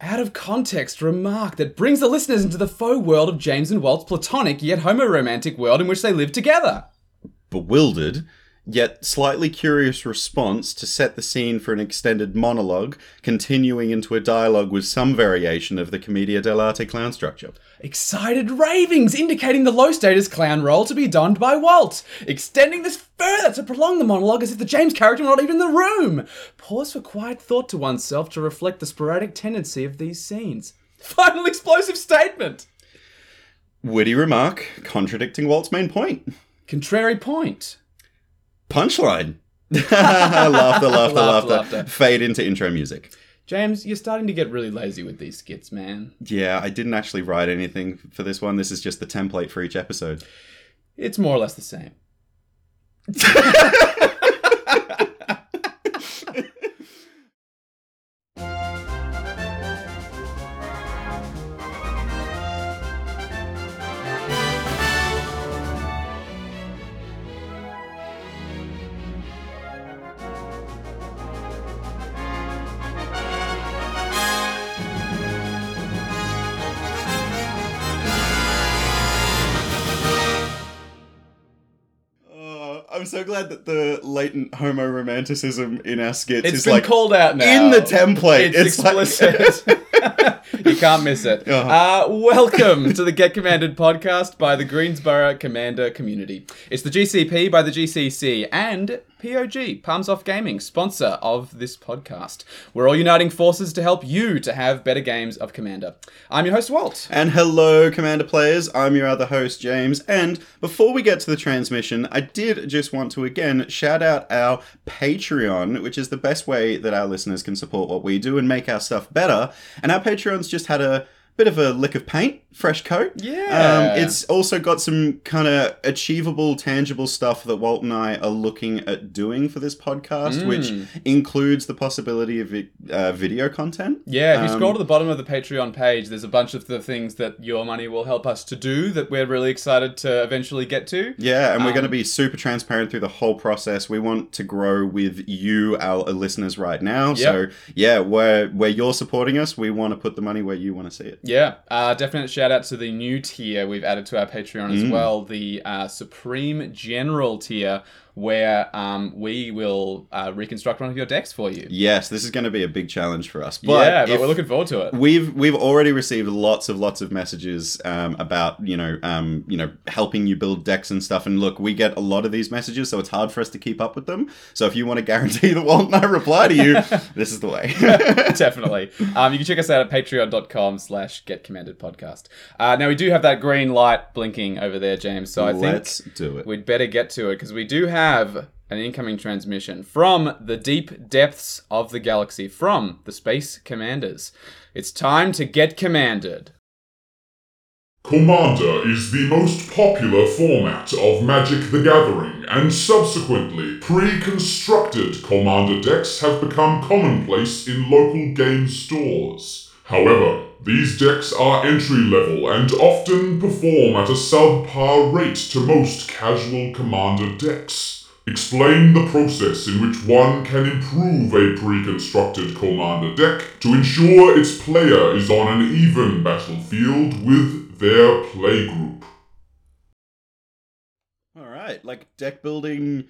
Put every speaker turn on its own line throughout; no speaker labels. out of context remark that brings the listeners into the faux world of James and Walt's platonic yet homo-romantic world in which they live together.
bewildered, yet slightly curious response to set the scene for an extended monologue, continuing into a dialogue with some variation of the Commedia dell'arte clown structure.
Excited ravings indicating the low status clown role to be donned by Walt, extending this further to prolong the monologue as if the James character were not even in the room. Pause for quiet thought to oneself to reflect the sporadic tendency of these scenes. Final explosive statement!
Witty remark, contradicting Walt's main point.
Contrary point.
Punchline. laughter, laughter, laughter,
Laughter,
laughter,
laughter.
Fade into intro music.
James, you're starting to get really lazy with these skits, man.
Yeah, I didn't actually write anything for this one. This is just the template for each episode.
It's more or less the same.
Uh, I'm so glad that the latent homo romanticism in our skits
It's
is
been
like
called out now.
in the template.
It's,
It's like-
explicit. you can't miss it. Uh,
Uh-huh.
welcome to the Get Commanded podcast by the Greensboro Commander community. It's the GCP by the GCC and POG, Palms Off Gaming, sponsor of this podcast. We're all uniting forces to help you to have better games of Commander. I'm your host, Walt.
And hello, Commander players. I'm your other host, James. And before we get to the transmission, I did just want to again shout out our Patreon, which is the best way that our listeners can support what we do and make our stuff better. And our Patreon's just had a bit of a lick of paint, fresh coat.
Yeah.
Um, it's also got some kind of achievable, tangible stuff that Walt and I are looking at doing for this podcast, which includes the possibility of uh, video content.
Yeah, if you
Um,
scroll to the bottom of the Patreon page, there's a bunch of the things that your money will help us to do that we're really excited to eventually get to.
Yeah, and we're
Um,
going to be super transparent through the whole process. We want to grow with you, our uh, listeners, right now. So yeah, where where you're supporting us, we want to put the money where you want to see it.
Yeah, uh, definite shout out to the new tier we've added to our Patreon as
Mm.
well, the uh, Supreme General tier, where um, we will uh, reconstruct one of your decks for you.
Yes, this is going to be a big challenge for us. But
yeah, but
if-
we're looking forward to it.
We've we've already received lots of lots of messages um, about you know um, you know helping you build decks and stuff. And look, we get a lot of these messages, so it's hard for us to keep up with them. So if you want to guarantee that Walt and I reply to you, this is the way.
definitely um, you can check us out at patreon.com slash get commanded podcast uh, now we do have that green light blinking over there james so i
Let's
think
do it.
we'd better get to it because we do have an incoming transmission from the deep depths of the galaxy from the space commanders it's time to get commanded
Commander is the most popular format of Magic the Gathering, and subsequently, pre constructed Commander decks have become commonplace in local game stores. However, these decks are entry level and often perform at a subpar rate to most casual Commander decks. Explain the process in which one can improve a pre-constructed commander deck to ensure its player is on an even battlefield with their playgroup.
All right, like deck building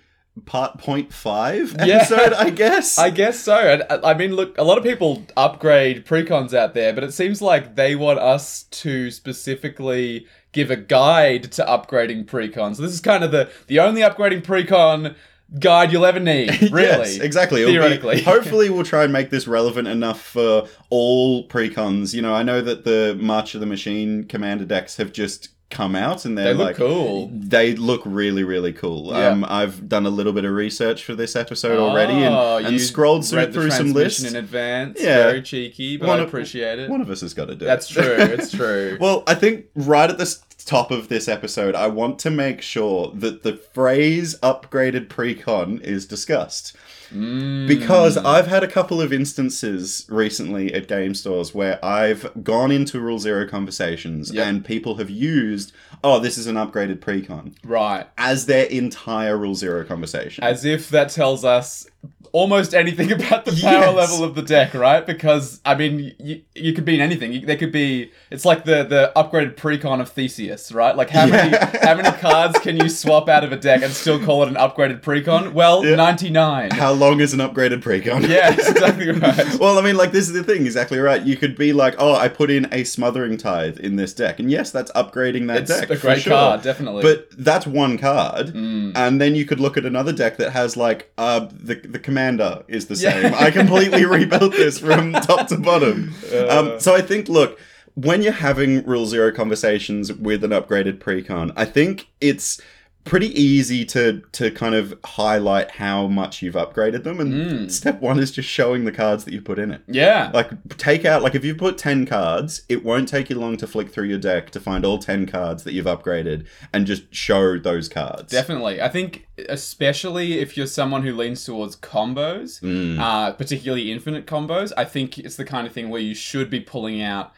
part point five
Yeah.
episode, I guess.
I guess so. And, uh, I mean, look, a lot of people upgrade precons out there, but it seems like they want us to specifically give a guide to upgrading precon. So this is kind of the the only upgrading precon guide you'll ever need. Really,
Yes, exactly. It'll be-
Theoretically,
hopefully, we'll try and make this relevant enough for all precons. You know, I know that the March of the Machine commander decks have just come out, and
they
they're
look
like
cool.
They look really, really cool.
Yeah.
Um, I've done a little bit of research for this episode already, and,
Oh, you
and scrolled through,
read the
through some
transmission
lists.
in advance.
Yeah.
very cheeky, but
One
I
of-
appreciate it.
One of us has got to do it.
That's true. It's true.
Well, I think right at the s- top of this episode, I want to make sure that the phrase upgraded precon is discussed.
Mm.
Because I've had a couple of instances recently at game stores where I've gone into Rule Zero conversations
Yep.
and people have used, oh, this is an upgraded precon,
right.
as their entire Rule Zero conversation.
As if that tells us almost anything about the power
Yes.
level of the deck, right? Because I mean, you, you could be in anything. You, they could be. It's like the the upgraded precon of Theseus, right? Like how many
Yeah.
how many cards can you swap out of a deck and still call it an upgraded precon? Well,
Yeah.
ninety nine.
How long is an upgraded precon?
Yeah, that's exactly right.
Well, I mean, like, this is the thing, exactly right. You could be like, oh, I put in a smothering tithe in this deck. And yes, that's upgrading that
It's
deck.
a
for
great
sure.
card, definitely.
But that's one card.
Mm.
And then you could look at another deck that has, like, uh, the, the commander is the
Yeah.
same. I completely rebuilt this from top to bottom.
Uh.
Um, so I think, look, when you're having Rule Zero conversations with an upgraded precon, I think it's pretty easy to to kind of highlight how much you've upgraded them. And
Mm.
step one is just showing the cards that you put in it.
yeah.
Like take out like if you put ten cards, it won't take you long to flick through your deck to find all ten cards that you've upgraded and just show those cards.
Definitely. I think, especially if you're someone who leans towards combos,
Mm.
uh, particularly infinite combos, I think it's the kind of thing where you should be pulling out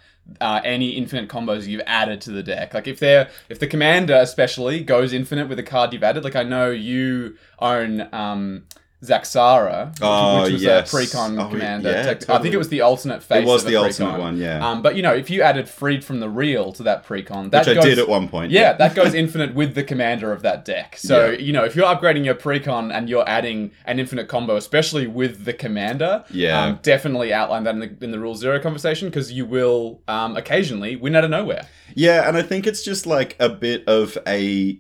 uh, any infinite combos you've added to the deck. Like if they're if the commander especially goes infinite with a card you've added. Like I know you own um, Zaxara, which,
Oh,
which was
yes.
a precon
Oh, y-
commander.
yeah,
tech- I think
totally.
it was the alternate face.
it was
of a
the ultimate
precon.
one, yeah,
Um, but you know, if you added freed from the real to that precon, that
which I
goes,
did at one point.
yeah, that goes infinite with the commander of that deck. So,
Yeah.
you know, if you're upgrading your precon and you're adding an infinite combo, especially with the commander,
Yeah.
um, definitely outline that in the, in the Rule Zero conversation because you will um, occasionally win out of nowhere.
Yeah, and I think it's just like a bit of a.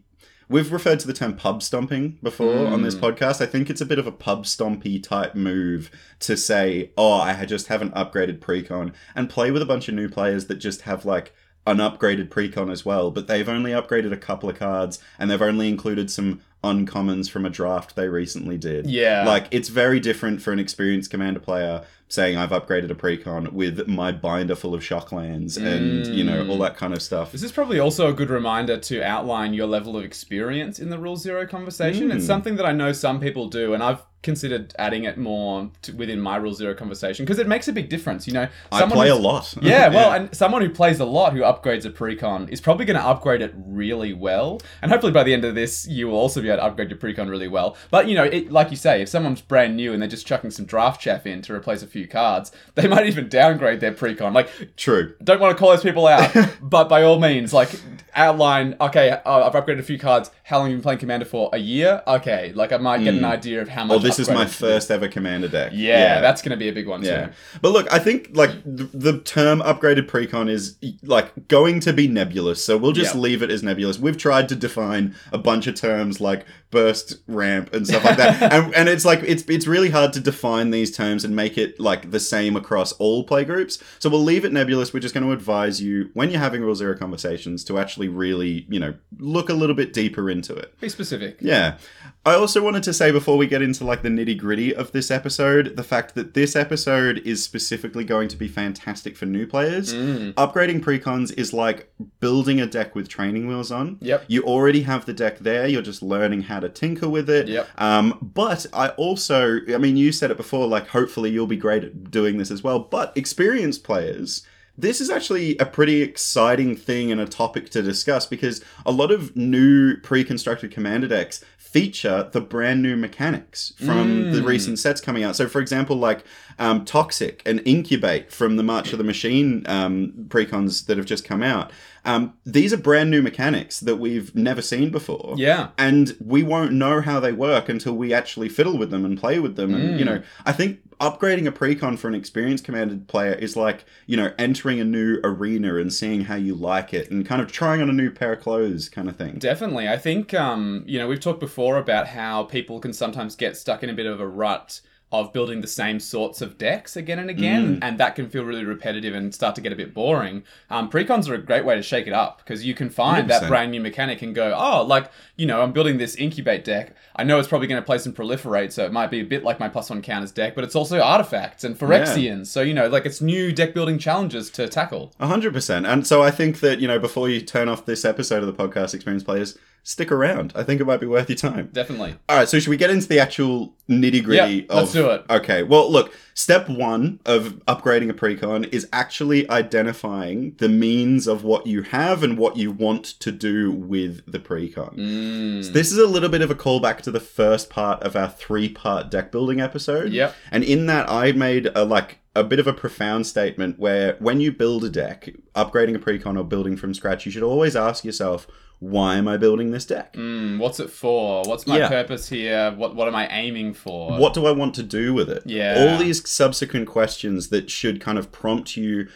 We've referred to the term pub stomping before on this
Mm.
podcast. I think it's a bit of a pub stompy type move to say, oh, I ha- just haven't upgraded precon and play with a bunch of new players that just have like an upgraded precon as well, but they've only upgraded a couple of cards and they've only included some uncommons from a draft they recently did.
Yeah.
Like it's very different for an experienced commander player saying I've upgraded a precon with my binder full of shocklands and you know
Mm.
all that kind of stuff.
This is probably also a good reminder to outline your level of experience in the Rule Zero conversation. It's
Mm.
something that I know some people do, and I've considered adding it more to, within my Rule Zero conversation because it makes a big difference. You know,
I play
who's-
a lot.
Yeah, well, and someone who plays a lot who upgrades a precon is probably going to upgrade it really well. And hopefully by the end of this, you will also be able to upgrade your precon really well. But, you know, it, like you say, if someone's brand new and they're just chucking some draft chaff in to replace a few cards, they might even downgrade their precon. Like,
true.
don't want to call those people out, but by all means, like, outline, okay, uh, I've upgraded a few cards. How long have you been playing Commander for? A year? Okay, like, I might get an idea of how much.
Hmm. Well, this is my
upgrade-
first ever commander deck.
Yeah, that's going to be a big one,
yeah.
too.
But look, I think like the, the term upgraded precon is like going to be nebulous, so we'll just
Yeah.
leave it as nebulous. We've tried to define a bunch of terms like burst ramp and stuff like that, and, and it's like it's it's really hard to define these terms and make it like the same across all playgroups. So we'll leave it nebulous. We're just going to advise you when you're having rule zero conversations to actually really you know look a little bit deeper into it.
Be specific.
Yeah. I also wanted to say before we get into like the nitty gritty of this episode, the fact that this episode is specifically going to be fantastic for new players.
Mm.
Upgrading precons is like building a deck with training wheels on.
Yep.
You already have the deck there, you're just learning how to tinker with it.
Yep.
Um, but I also, I mean, you said it before, like, hopefully you'll be great at doing this as well. But experienced players, this is actually a pretty exciting thing and a topic to discuss because a lot of new pre constructed commander decks feature the brand new mechanics from the
Mm.
recent sets coming out. So, for example, like um, Toxic and Incubate from the March of the Machine um, precons that have just come out. Um, these are brand new mechanics that we've never seen before
Yeah.
and we won't know how they work until we actually fiddle with them and play with them and you know i think upgrading a precon for an experienced commanded player is like you know entering a new arena and seeing how you like it and kind of trying on a new pair of clothes kind of thing
Definitely. I think, um, you know, we've talked before about how people can sometimes get stuck in a bit of a rut of building the same sorts of decks again and again, and that can feel really repetitive and start to get a bit boring. Um, precons are a great way to shake it up because you can find that
100%.
brand new mechanic and go, oh, like, you know, I'm building this incubate deck. I know it's probably going to play some proliferate, so it might be a bit like my plus one counters deck, but it's also artifacts and Phyrexians. So, you know, like it's new deck building challenges to tackle.
A hundred percent. And so I think that, you know, before you turn off this episode of the podcast Experience Players, stick around. I think it might be worth your time.
Definitely.
All right, so should we get into the actual nitty gritty?
Yep, let's do it.
Okay. Well, look, step one of upgrading a precon is actually identifying the means of what you have and what you want to do with the precon.
Mm.
So this is a little bit of a callback to the first part of our three-part deck building episode.
Yep.
And in that, I made a like a bit of a profound statement where when you build a deck, upgrading a precon or building from scratch, you should always ask yourself, why am I building this deck?
Mm, what's it for? What's my
Yeah.
purpose here? What What am I aiming for?
What do I want to do with it?
Yeah.
All these subsequent questions that should kind of prompt you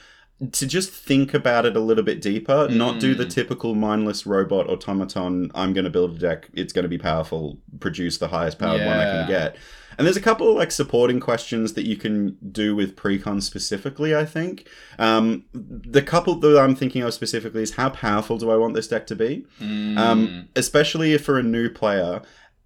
to just think about it a little bit deeper, not do
Mm.
the typical mindless robot automaton, I'm going to build a deck, it's going to be powerful, produce the highest powered one I
Yeah.
can get. And there's a couple of like supporting questions that you can do with precon specifically, I think. Um, the couple that I'm thinking of specifically is how powerful do I want this deck to be?
Mm.
Um, especially if for a new player,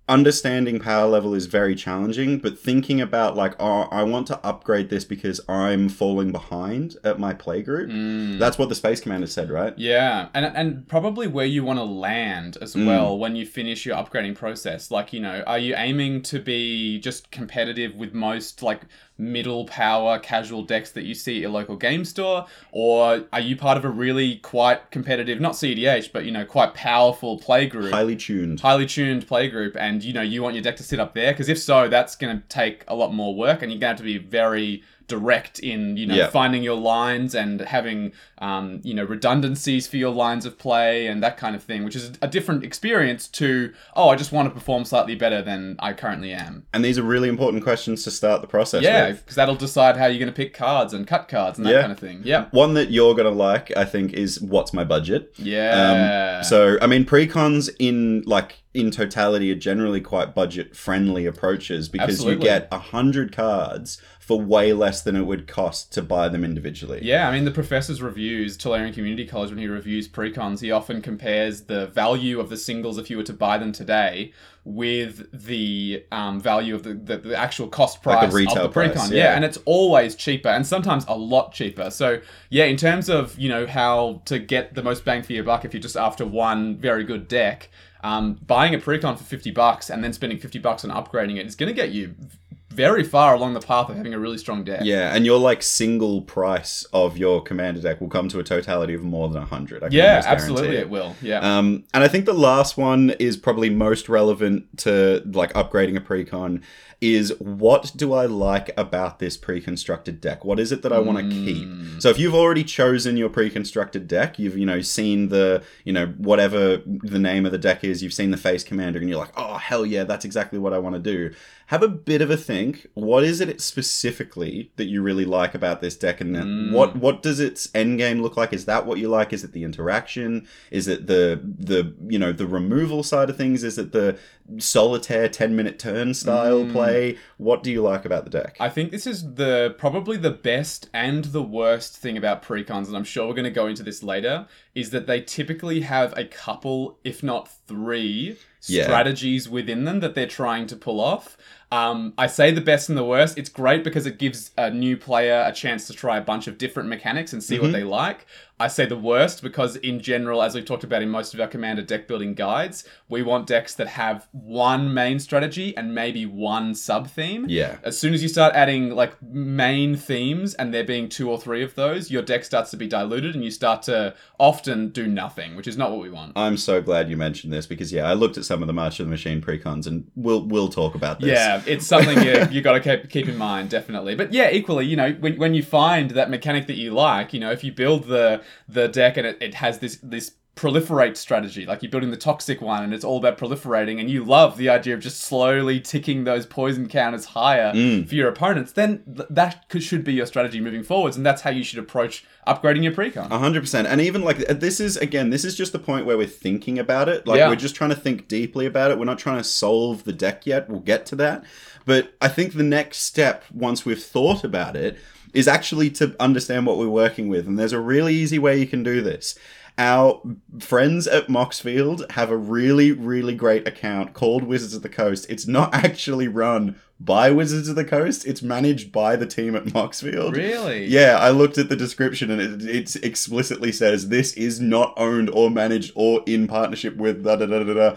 understanding power level is very challenging. But thinking about like, oh, I want to upgrade this because I'm falling behind at my playgroup.
Mm.
That's what the space commander said, right?
Yeah, and and probably where you want to land as
Mm.
well when you finish your upgrading process. Like, you know, are you aiming to be just competitive with most like middle power casual decks that you see at your local game store, or are you part of a really quite competitive, not CDH, but you know, quite powerful playgroup?
Highly tuned.
highly tuned playgroup and you know you want your deck to sit up there because if so that's going to take a lot more work and you're going to have to be very direct in you know
Yeah.
finding your lines and having um, you know redundancies for your lines of play and that kind of thing which is a different experience to oh i just want to perform slightly better than i currently am
And these are really important questions to start the process.
yeah
with.
because that'll decide how you're going to pick cards and cut cards and that
Yeah.
kind of thing yeah
One that you're gonna like, I think, is what's my budget.
yeah
Um, So, I mean, precons in like in totality are generally quite budget friendly approaches because
Absolutely.
you get a hundred cards for way less than it would cost to buy them individually.
Yeah, I mean, the professor's reviews, Tulane Community College, when he reviews precons, he often compares the value of the singles if you were to buy them today with the um, value of the, the, the actual cost price
Like the retail
of the precon.
price, yeah.
and it's always cheaper and sometimes a lot cheaper. So, yeah, in terms of, you know, how to get the most bang for your buck if you're just after one very good deck, um, buying a precon for 50 bucks and then spending 50 bucks on upgrading it is going to get you very far along the path of having a really strong deck.
Yeah, and your like single price of your commander deck will come to a totality of more than hundred. I can
Yeah,
almost guarantee
absolutely,
it.
it will. Yeah.
Um, and I think the last one is probably most relevant to like upgrading a precon is what do I like about this pre-constructed deck? What is it that I want
Mm.
to keep? So if you've already chosen your pre-constructed deck, you've you know seen the you know whatever the name of the deck is, you've seen the face commander, and you're like, oh hell yeah, that's exactly what I want to do. Have a bit of a think. What is it specifically that you really like about this deck, and then
Mm.
what what does its end game look like? Is that what you like? Is it the interaction? Is it the the you know the removal side of things? Is it the solitaire ten minute turn style
Mm.
play? What do you like about the deck?
I think this is the probably the best and the worst thing about precons, and I'm sure we're going to go into this later, is that they typically have a couple, if not three,
Yeah.
strategies within them that they're trying to pull off. Um, I say the best and the worst. It's great because it gives a new player a chance to try a bunch of different mechanics and see what
Mhm.
they like. I say the worst because, in general, as we've talked about in most of our commander deck building guides, we want decks that have one main strategy and maybe one sub theme
yeah,
as soon as you start adding like main themes and there being two or three of those, your deck starts to be diluted and you start to often do nothing, which is not what we want.
I'm so glad you mentioned this because yeah, I looked at some of the March of the Machine precons and we'll we'll talk about this.
Yeah, it's something you, you got to keep, keep in mind, definitely. But yeah, equally, you know, when, when you find that mechanic that you like, you know, if you build the the deck and it, it has this this proliferate strategy, like you're building the toxic one and it's all about proliferating, and you love the idea of just slowly ticking those poison counters higher
Mm.
for your opponents, then th- that could, should be your strategy moving forwards, and that's how you should approach upgrading your precon.
A hundred percent, and even like this is again, this is just the point where we're thinking about it. Like
Yeah.
we're just trying to think deeply about it. We're not trying to solve the deck yet. We'll get to that, but I think the next step once we've thought about it is actually to understand what we're working with. And there's a really easy way you can do this. Our friends at Moxfield have a really, really great account called Wizards of the Coast. It's not actually run by Wizards of the Coast. It's managed by the team at Moxfield.
Really?
Yeah, I looked at the description and it, it explicitly says this is not owned or managed or in partnership with da da da da da.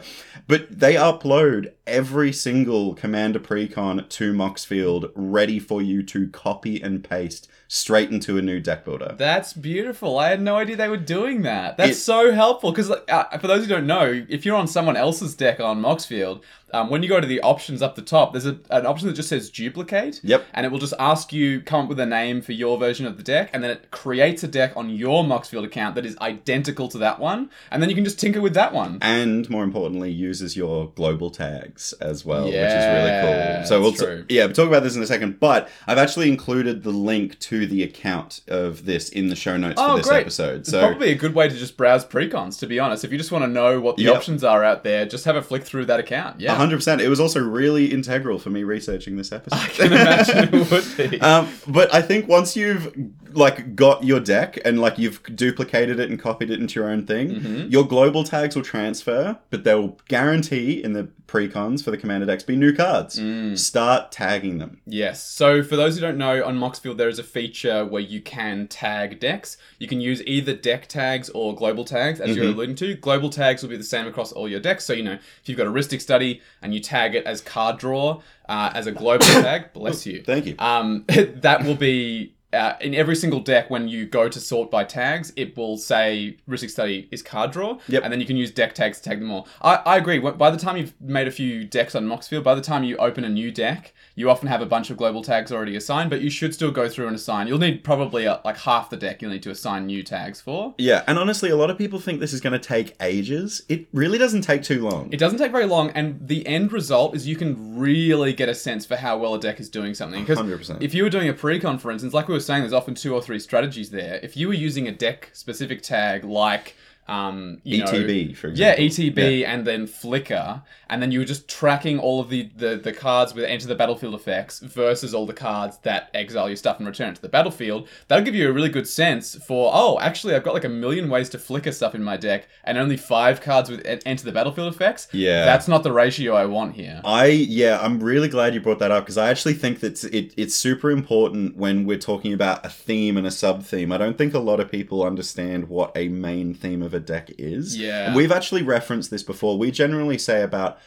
But they upload every single Commander Precon to Moxfield ready for you to copy and paste straight into a new deck builder.
That's beautiful. I had no idea they were doing that. That's
It-
so helpful because, uh, for those who don't know, if you're on someone else's deck on Moxfield, um, when you go to the options up the top, there's a, an option that just says duplicate.
Yep.
And it will just ask you come up with a name for your version of the deck, and then it creates a deck on your Moxfield account that is identical to that one, and then you can just tinker with that one.
and more importantly uses your global tags as well which is really
Yeah,
cool so we'll
that's
t-
true.
yeah we'll talk about this in a second but i've actually included the link to the account of this in the show notes
Oh,
for this
great.
episode
It's
so
probably a good way to just browse precons, to be honest. If you just want to know what the
Yep.
options are out there, just have a flick through that account. Yeah.
100% it was also really integral for me researching this episode
I can imagine it would be.
um, but I think once you've like got your deck and like you've duplicated it and copied it into your own thing,
Mm-hmm.
your global tags will transfer, but they will guarantee in the precons for the commander decks be new
Mm-hmm.
cards.
Mm.
Start tagging them.
Yes. So for those who don't know, on Moxfield there is a feature where you can tag decks. You can use either deck tags or global tags, as you're alluding to. Global tags will be the same across all your decks. So you know, if you've got a Ristic Study and you tag it as card draw, uh, as a global tag, bless you.
Thank you.
Um, that will be uh, in every single deck when you go to sort by tags, it will say Ristic Study is card draw,
Yep.
and then you can use deck tags to tag them all. I, I agree. Wh- By the time you've made a few decks on Moxfield, by the time you open a new deck, you often have a bunch of global tags already assigned, but you should still go through and assign. You'll need probably uh, like half the deck you'll need to assign new tags for.
Yeah, and honestly, a lot of people think this is going to take ages. It really doesn't take too long.
It doesn't take very long, and the end result is you can really get a sense for how well a deck is doing something. Because
100%.
if you were doing a pre-con, for instance, like we were saying, there's often two or three strategies there. If you were using a deck-specific tag like, um, you know-
ETB, E for example.
yeah, ETB and then Flicker, and then you were just tracking all of the, the, the cards with Enter the Battlefield effects versus all the cards that exile your stuff and return it to the battlefield. That'll give you a really good sense for, oh, actually, I've got like a million ways to flicker stuff in my deck, and only five cards with en- Enter the Battlefield effects.
Yeah.
That's not the ratio I want here.
I yeah, I'm really glad you brought that up because I actually think that it, it's super important when we're talking about a theme and a sub theme. I don't think a lot of people understand what a main theme of a deck is.
Yeah.
And we've actually referenced this before. We generally say about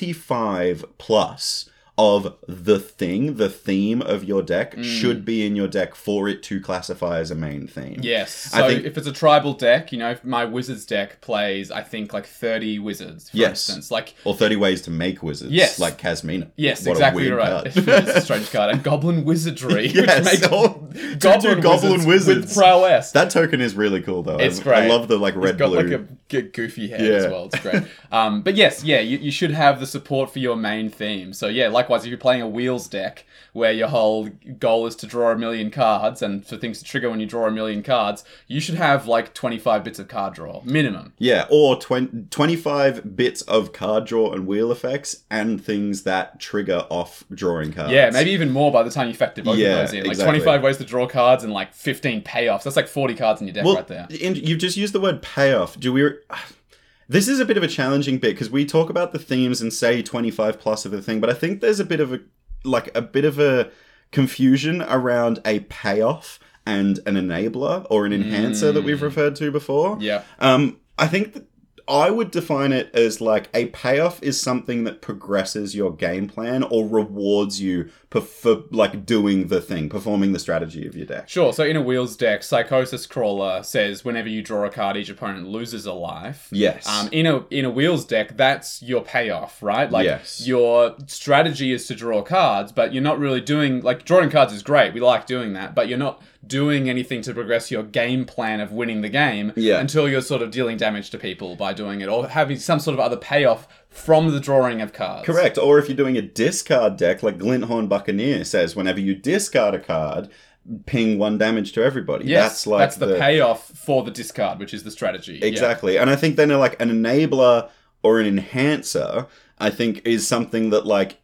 25 plus of the thing, the theme of your deck
Mm.
should be in your deck for it to classify as a main theme.
Yes. So
I think-
if it's a tribal deck, you know, if my wizards deck plays, I think, like 30 wizards, for
Yes.
instance. Like,
Or 30 ways to make wizards.
Yes.
Like Casmina.
Yes,
What a
exactly
weird
right.
card.
it's a strange card. And goblin wizardry,
Yes,
which makes
oh, to do
goblin,
goblin
wizards,
wizards.
with prowess.
That token is really cool, though.
It's
I,
great.
I love the like red
It's got
blue.
like a g- goofy head as
Yeah.
well. It's great. um, but yes, yeah, you, you should have the support for your main theme. So yeah, likewise, if you're playing a wheels deck where your whole goal is to draw a million cards and for things to trigger when you draw a million cards, you should have like 25 bits of card draw minimum.
Yeah, or 20, 25 bits of card draw and wheel effects and things that trigger off drawing cards.
Yeah, maybe even more by the time you factor both
Uh, Yeah,
of those in. Like
exactly.
25 ways to draw cards and like 15 payoffs. That's like 40 cards in your deck
Well,
right there.
and you've just used the word payoff. Do we. This is a bit of a challenging bit because we talk about the themes and say 25 plus of the thing, but I think there's a bit of a. Like a bit of a confusion around a payoff and an enabler or an enhancer that
Hmm.
we've referred to before.
Yeah.
Um, I think that I would define it as like a payoff is something that progresses your game plan or rewards you per- for like doing the thing, performing the strategy of your deck.
Sure. So in a wheels deck, Psychosis Crawler says whenever you draw a card, each opponent loses a life.
Yes.
Um, in a in a wheels deck, that's your payoff, right? Like
Yes.
your strategy is to draw cards, but you're not really doing like drawing cards is great. We like doing that, but you're not doing anything to progress your game plan of winning the game
Yeah.
until you're sort of dealing damage to people by doing it or having some sort of other payoff from the drawing of cards.
Correct. Or if you're doing a discard deck, like Glinthorn Buccaneer says, whenever you discard a card, ping one damage to everybody.
Yes,
that's like
that's the, payoff for the discard, which is the strategy. Yeah.
Exactly. And I think then uh, like an enabler or an enhancer, I think is something that like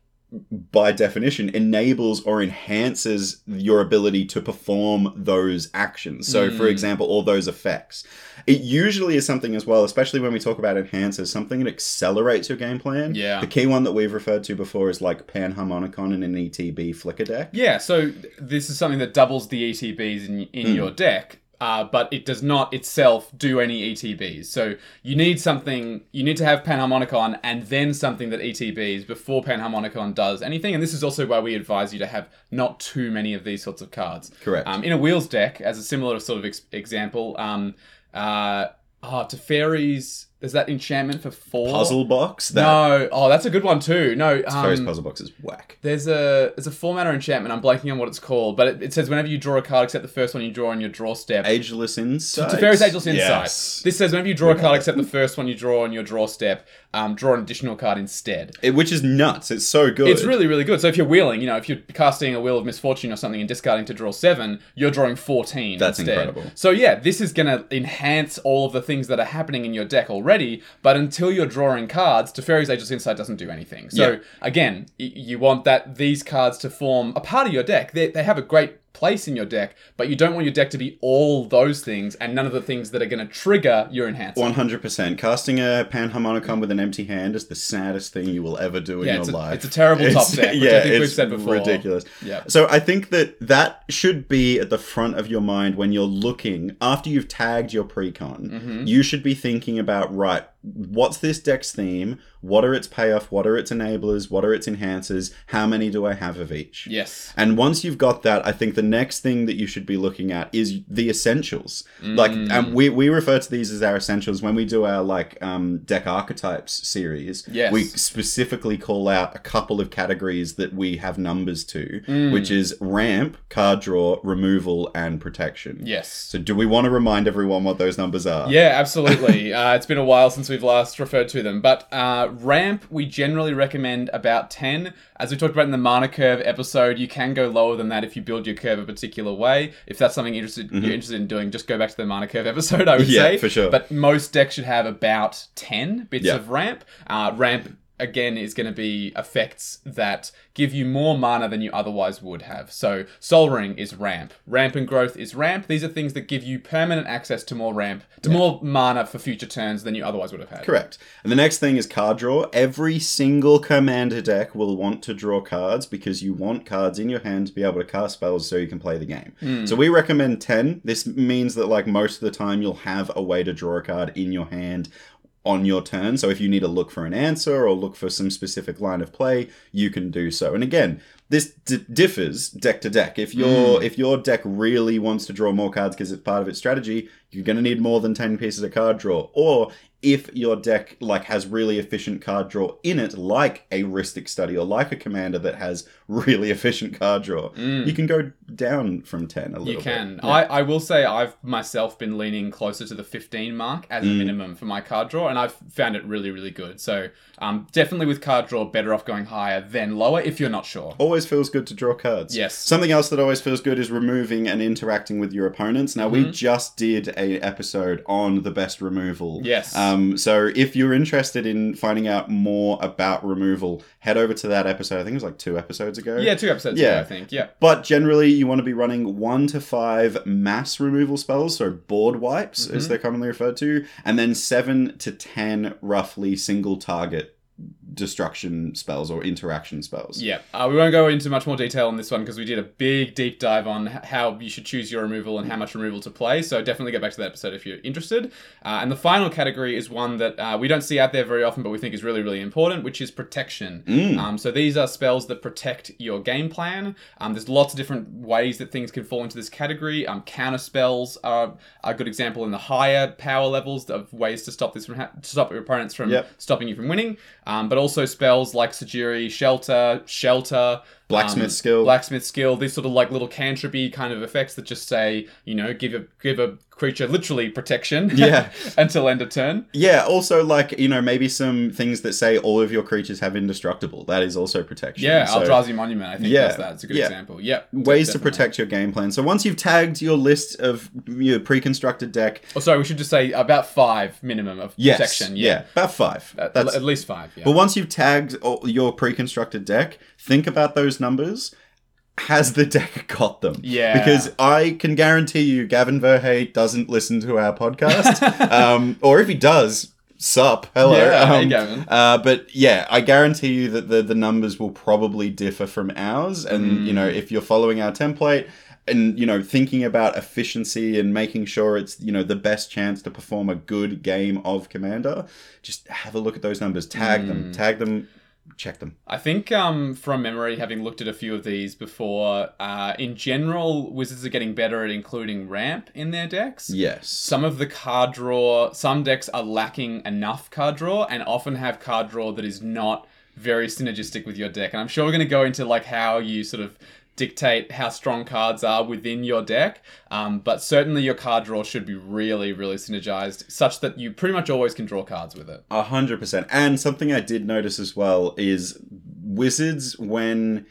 by definition enables or enhances your ability to perform those actions. So,
Hmm.
for example, all those effects. It usually is something as well, especially when we talk about enhancers, something that accelerates your game plan.
Yeah.
The key one that we've referred to before is like Panharmonicon and an E ETB flicker deck.
Yeah, so th- this is something that doubles the ETBs in, in
Hmm.
your deck, uh, but it does not itself do any ETBs. So you need something, you need to have Panharmonicon and then something that ETBs before Panharmonicon does anything. And this is also why we advise you to have not too many of these sorts of cards.
Correct.
Um, in a Wheels deck, as a similar sort of ex- example, um, uh, oh, Teferi's, there's that enchantment for four.
Puzzle box. That
Oh. No, oh, that's a good one too. No,
Fairy's
um,
puzzle box is whack.
there's a there's a four mana enchantment. I'm blanking on what it's called, but it, it says whenever you draw a card except the first one you draw on your draw step.
Ageless Insight.
Teferi's Ageless Insight.
Yes.
This says whenever you draw a card except the first one you draw on your draw step, um, draw an additional card instead.
It- which is nuts. It's so good.
It's really really good. So if you're wheeling, you know, if you're casting a wheel of misfortune or something and discarding to draw seven, you're drawing fourteen.
That's
instead.
incredible.
So yeah, this is gonna enhance all of the things that are happening in your deck already. But until you're drawing cards, Teferi's Ageless Insight doesn't do anything. So
Yeah.
again, y- you want that these cards to form a part of your deck. They, they have a great place in your deck, but you don't want your deck to be all those things and none of the things that are gonna trigger your enhancement.
One hundred percent. Casting a panharmonicon with an empty hand is the saddest thing you will ever do in
Yeah,
your
it's a-
life.
it's a terrible top deck, which I think we've
it's
said before.
Ridiculous.
Yeah.
So I think that that should be at the front of your mind when you're looking after you've tagged your precon.
Mm-hmm.
You should be thinking about right, what's this deck's theme? What are its payoff? What are its enablers? What are its enhancers? How many do I have of each?
Yes.
And once you've got that, I think the next thing that you should be looking at is the essentials. Like,
Mm.
and we, we refer to these as our essentials when we do our like um, deck archetypes series.
Yes.
we specifically call out a couple of categories that we have numbers to, which is ramp, card draw, removal, and protection.
Yes.
So, do we want to remind everyone what those numbers are?
Yeah, absolutely. uh, it's been a while since we've last referred to them. But uh, ramp, we generally recommend about 10. As we talked about in the mana curve episode, you can go lower than that if you build your curve a particular way. If that's something interested, you're interested in doing, just go back to the mana curve episode, I would
Mm-hmm. Yeah,
say.
for sure.
But most decks should have about 10 bits
Yeah.
of ramp. Uh, ramp. Again, is going to be effects that give you more mana than you otherwise would have. So, Soul Ring is ramp. Ramp and Growth is ramp. These are things that give you permanent access to more ramp, to more mana for future turns than you otherwise would have had.
Correct. And the next thing is card draw. Every single commander deck will want to draw cards because you want cards in your hand to be able to cast spells so you can play the game.
Hmm.
So we recommend 10. This means that like most of the time you'll have a way to draw a card in your hand on your turn. So if you need to look for an answer or look for some specific line of play, you can do so. And again, this d- differs deck to deck. If your if your deck really wants to draw more cards because it's part of its strategy, you're going to need more than 10 pieces of card draw. Or if your deck like has really efficient card draw in it like a Ristic Study or like a commander that has really efficient card draw, you can go down from 10 a little
Hmm. You
bit.
can. I, I will say I've myself been leaning closer to the 15 mark as a
Mm.
minimum for my card draw, and I've found it really, really good. So um, definitely with card draw, better off going higher than lower if you're not sure.
always feels good to draw cards.
Yes.
Something else that always feels good is removing and interacting with your opponents. Now
Mm-hmm.
we just did a episode on the best removal.
Yes.
Um, so if you're interested in finding out more about removal, head over to that episode. I think it was like two episodes ago.
Yeah, two episodes ago,
Yeah.
I think. Yeah.
But generally, you want to be running one to five mass removal spells, so board wipes, as
Mhm.
they're commonly referred to, and then seven to ten, roughly, single target destruction spells or interaction spells.
Yeah, uh, we won't go into much more detail on this one because we did a big deep dive on h- how you should choose your removal and how much removal to play. So definitely go back to that episode if you're interested. Uh, and the final category is one that uh, we don't see out there very often, but we think is really really important, which is protection.
Mm.
Um, so these are spells that protect your game plan. Um, there's lots of different ways that things can fall into this category. Um, counter spells are a good example in the higher power levels of ways to stop this from ha- to stop your opponents from
Yep.
stopping you from winning. Um, but also spells like Sajiri, Shelter, Shelter,
Blacksmith
um,
skill.
Blacksmith skill. These sort of like little cantripy kind of effects that just say, you know, give a give a creature literally protection.
Yeah.
until end of turn.
Yeah, also like, you know, maybe some things that say all of your creatures have indestructible. That is also protection.
Yeah,
So,
Eldrazi Monument. I think
Yeah.
that's that. It's a good
Yeah.
example. Yeah,
Ways
definitely.
to protect your game plan. So once you've tagged your list of your pre-constructed deck,
Oh, sorry, we should just say about five minimum of
yes,
protection.
yeah,
Yeah,
about five.
At-
That's
at least five. Yeah.
But once you've tagged all your pre-constructed deck, think about those numbers. Has the deck got them?
Yeah.
Because I can guarantee you, Gavin Verhey doesn't listen to our podcast. um, or if he does, sup, hello.
Yeah, hey,
Um,
Gavin.
Uh, but yeah, I guarantee you that the, the numbers will probably differ from ours. And, you know, if you're following our template and, you know, thinking about efficiency and making sure it's, you know, the best chance to perform a good game of Commander, just have a look at those numbers, tag them, tag them, check them.
I think um, from memory, having looked at a few of these before, uh, in general, wizards are getting better at including ramp in their decks.
Yes.
Some of the card draw, some decks are lacking enough card draw and often have card draw that is not very synergistic with your deck. And I'm sure we're going to go into like how you sort of dictate how strong cards are within your deck. Um, but certainly your card draw should be really, really synergized such that you pretty much always can draw cards with it.
A hundred percent. And something I did notice as well is wizards when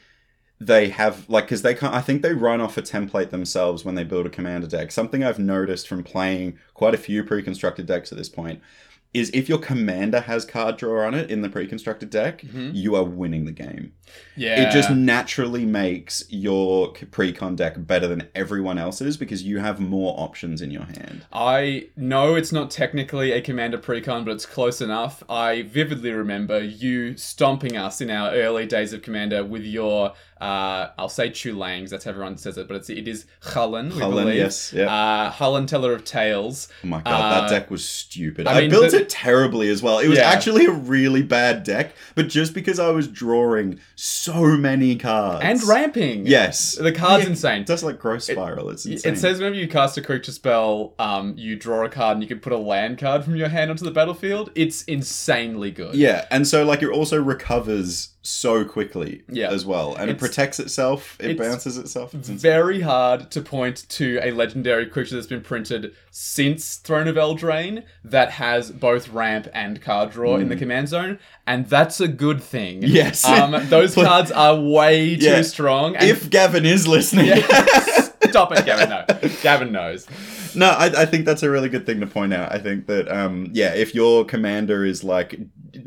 they have like because they can't. I think they run off a template themselves when they build a commander deck. Something I've noticed from playing quite a few pre-constructed decks at this point is if your commander has card draw on it in the pre-constructed deck,
Mhm.
you are winning the game.
Yeah.
Mm-hmm. It just naturally makes your pre-con deck better than everyone else's because you have more options in your hand.
I know it's not technically a Commander Precon, but it's close enough. I vividly remember you stomping us in our early days of Commander with your, uh, I'll say Chulangs, that's how everyone says it, but it's, it is Chulin, we
Cullen,
believe.
yes, yeah.
Uh, Chulin, Teller of Tales.
Oh my god,
Uh,
that deck was stupid.
I
I,
mean,
built
the-
it terribly as well. It was
Yeah.
actually a really bad deck, but just because I was drawing so many cards
And ramping.
yes,
The card's
Yeah,
insane.
It does like growth spiral. it's insane.
It says whenever you cast a creature spell, um, you draw a card and you can put a land card from your hand onto the battlefield. It's insanely good.
yeah, and so like it also recovers so quickly
Yeah.
as well, and it
It's-
protects itself. It
it's-
bounces itself. It's insane.
very hard to point to a legendary creature that's been printed since Throne of Eldraine that has both ramp and card draw in the command zone, and that's a good thing.
Mm. Yes.
Um, those
Please-
cards are way too
Yeah.
strong. And
If Gavin is listening,
Stop it, Gavin. No. Gavin knows.
No, I, I think that's a really good thing to point out. I think that, um, yeah, if your commander is like,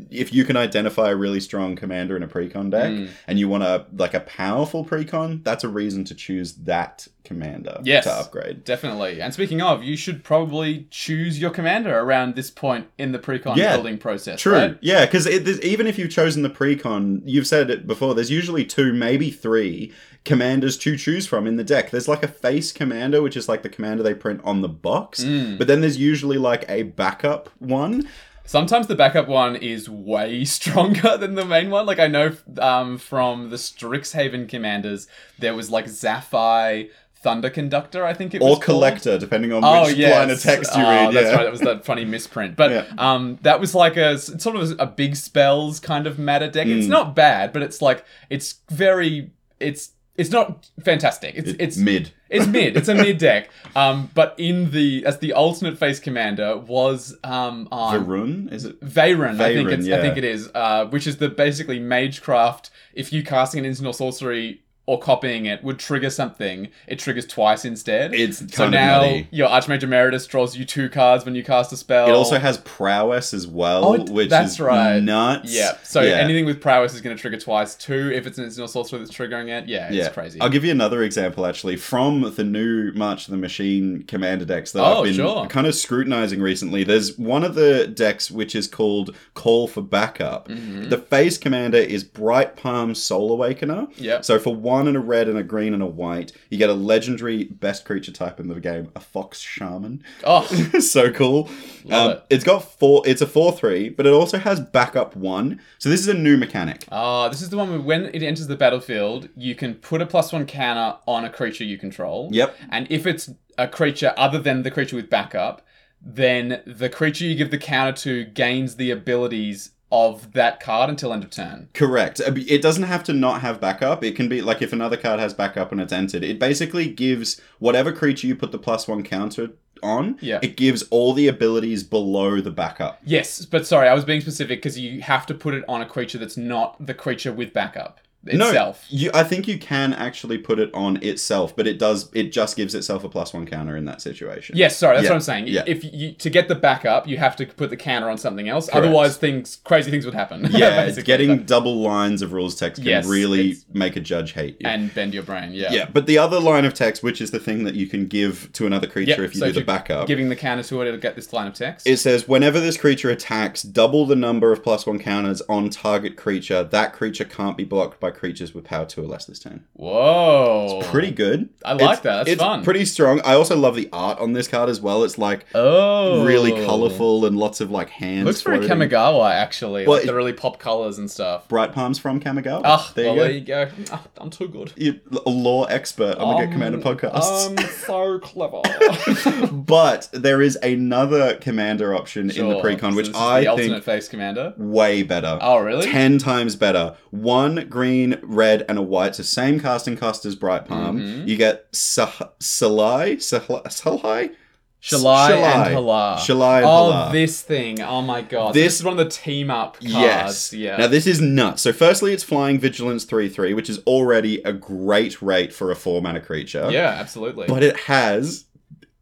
if you can identify a really strong commander in a precon deck
Mm.
and you want a like a powerful precon, that's a reason to choose that commander
Yes.
to upgrade.
Definitely. And speaking of, you should probably choose your commander around this point in the precon
Yeah.
building process.
True.
right?
Yeah, because even if you've chosen the precon, you've said it before, there's usually two, maybe three commanders to choose from in the deck. There's like a face commander, which is like the commander they print on the box,
Mm.
but then there's usually like a backup one.
Sometimes the backup one is way stronger than the main one. Like I know um, from the Strixhaven Commanders, there was like Zaphi Thunder Conductor. I think it was
or
called.
collector, depending on
Oh
which
yes.
line of text you
Oh,
read.
That's
yeah.
right. That was that funny misprint. But
Yeah.
um, that was like a s- sort of a big spells kind of meta deck. It's
Mm.
not bad, but it's like it's very it's it's not fantastic. It's it's
mid.
it's mid. It's a mid deck. Um, but in the as the alternate face commander was um on
Varun, is it?
Veyron, I think
Veyron,
it's I
yeah.
think it is, uh, which is the basically magecraft. If you casting an instant or sorcery or copying it would trigger something, it triggers twice instead.
It's kind
so
of
now
nutty.
your Archmage Emeritus draws you two cards when you cast a spell.
It also has prowess as well,
Oh, it-
which
that's
is
right.
nuts.
yeah. So anything with prowess is going to trigger twice. Two, if it's an instant or sorcery that's triggering it, yeah, it's
Yeah.
crazy.
I'll give you another example actually from the new March of the Machine commander decks that
Oh,
I've been
sure.
kind of scrutinizing recently. There's one of the decks which is called Call for Backup.
Mm-hmm.
The face commander is Bright Palm Soul Awakener.
Yep.
So for one and a red and a green and a white, you get a legendary best creature type in the game, a Fox Shaman.
oh,
so cool.
Love
Um, it's got four. It's a four three, but it also has backup one. So this is a new mechanic.
Ah, this is the one where when it enters the battlefield, you can put a plus one counter on a creature you control.
Yep.
And if it's a creature other than the creature with backup, then the creature you give the counter to gains the abilities of that card until end of turn.
Correct. Uh, It doesn't have to not have backup. It can be like if another card has backup and it's entered. It basically gives whatever creature you put the plus one counter on.
Yeah.
It gives all the abilities below the backup.
Yes, but sorry, I was being specific because you have to put it on a creature that's not the creature with backup. itself.
No, you, I think you can actually put it on itself, but it does. It just gives itself a plus one counter in that situation.
Yes, sorry, that's
Yeah,
what I'm saying.
yeah.
If you to get the backup, you have to put the counter on something else. Otherwise, things crazy things would happen.
Yeah, it's
basically.
getting double lines of rules text can
Yes,
really
it's-
make a judge hate you.
and uh, bend your brain. Yeah,
yeah, but the other line of text, which is the thing that you can give to another creature
Yep,
if you
so
do the
you're
backup,
Giving the counter to it, it'll get this line of text.
It says whenever this creature attacks, double the number of plus one counters on target creature. That creature can't be blocked by creatures with power two or less this turn.
Whoa,
Pretty good.
Oh, I like that. That's
it's
fun.
Pretty strong. I also love the art on this card as well. It's like
Oh,
really colorful and lots of like hands.
Looks very
floating.
Kamigawa actually.
Well,
like the
it-
really pop colors and stuff.
Bright palms from Kamigawa.
Ah,
there
well,
you
there
go.
you go. Ah, I'm too good.
You- a law expert on the Get
Um,
Commander podcast.
I'm so clever.
but there is another commander option in the
Sure.
pre-con,
So
which
this is
I
the
think
alternate face commander.
way better.
Oh, really?
10 times better. One green, red, and a white. So same casting cost as Bright Palm.
Mhm.
You get Sah- Salai? Sahla- Salai?
Shalai and
Shalai.
Halar.
Shalai and
oh,
Halar.
this thing. Oh my god.
This-
This, is one of the team up cards.
Yes.
Yeah.
Now this is nuts. So firstly, it's flying Vigilance 3-3, which is already a great rate for a 4-mana creature.
yeah, absolutely.
But it has...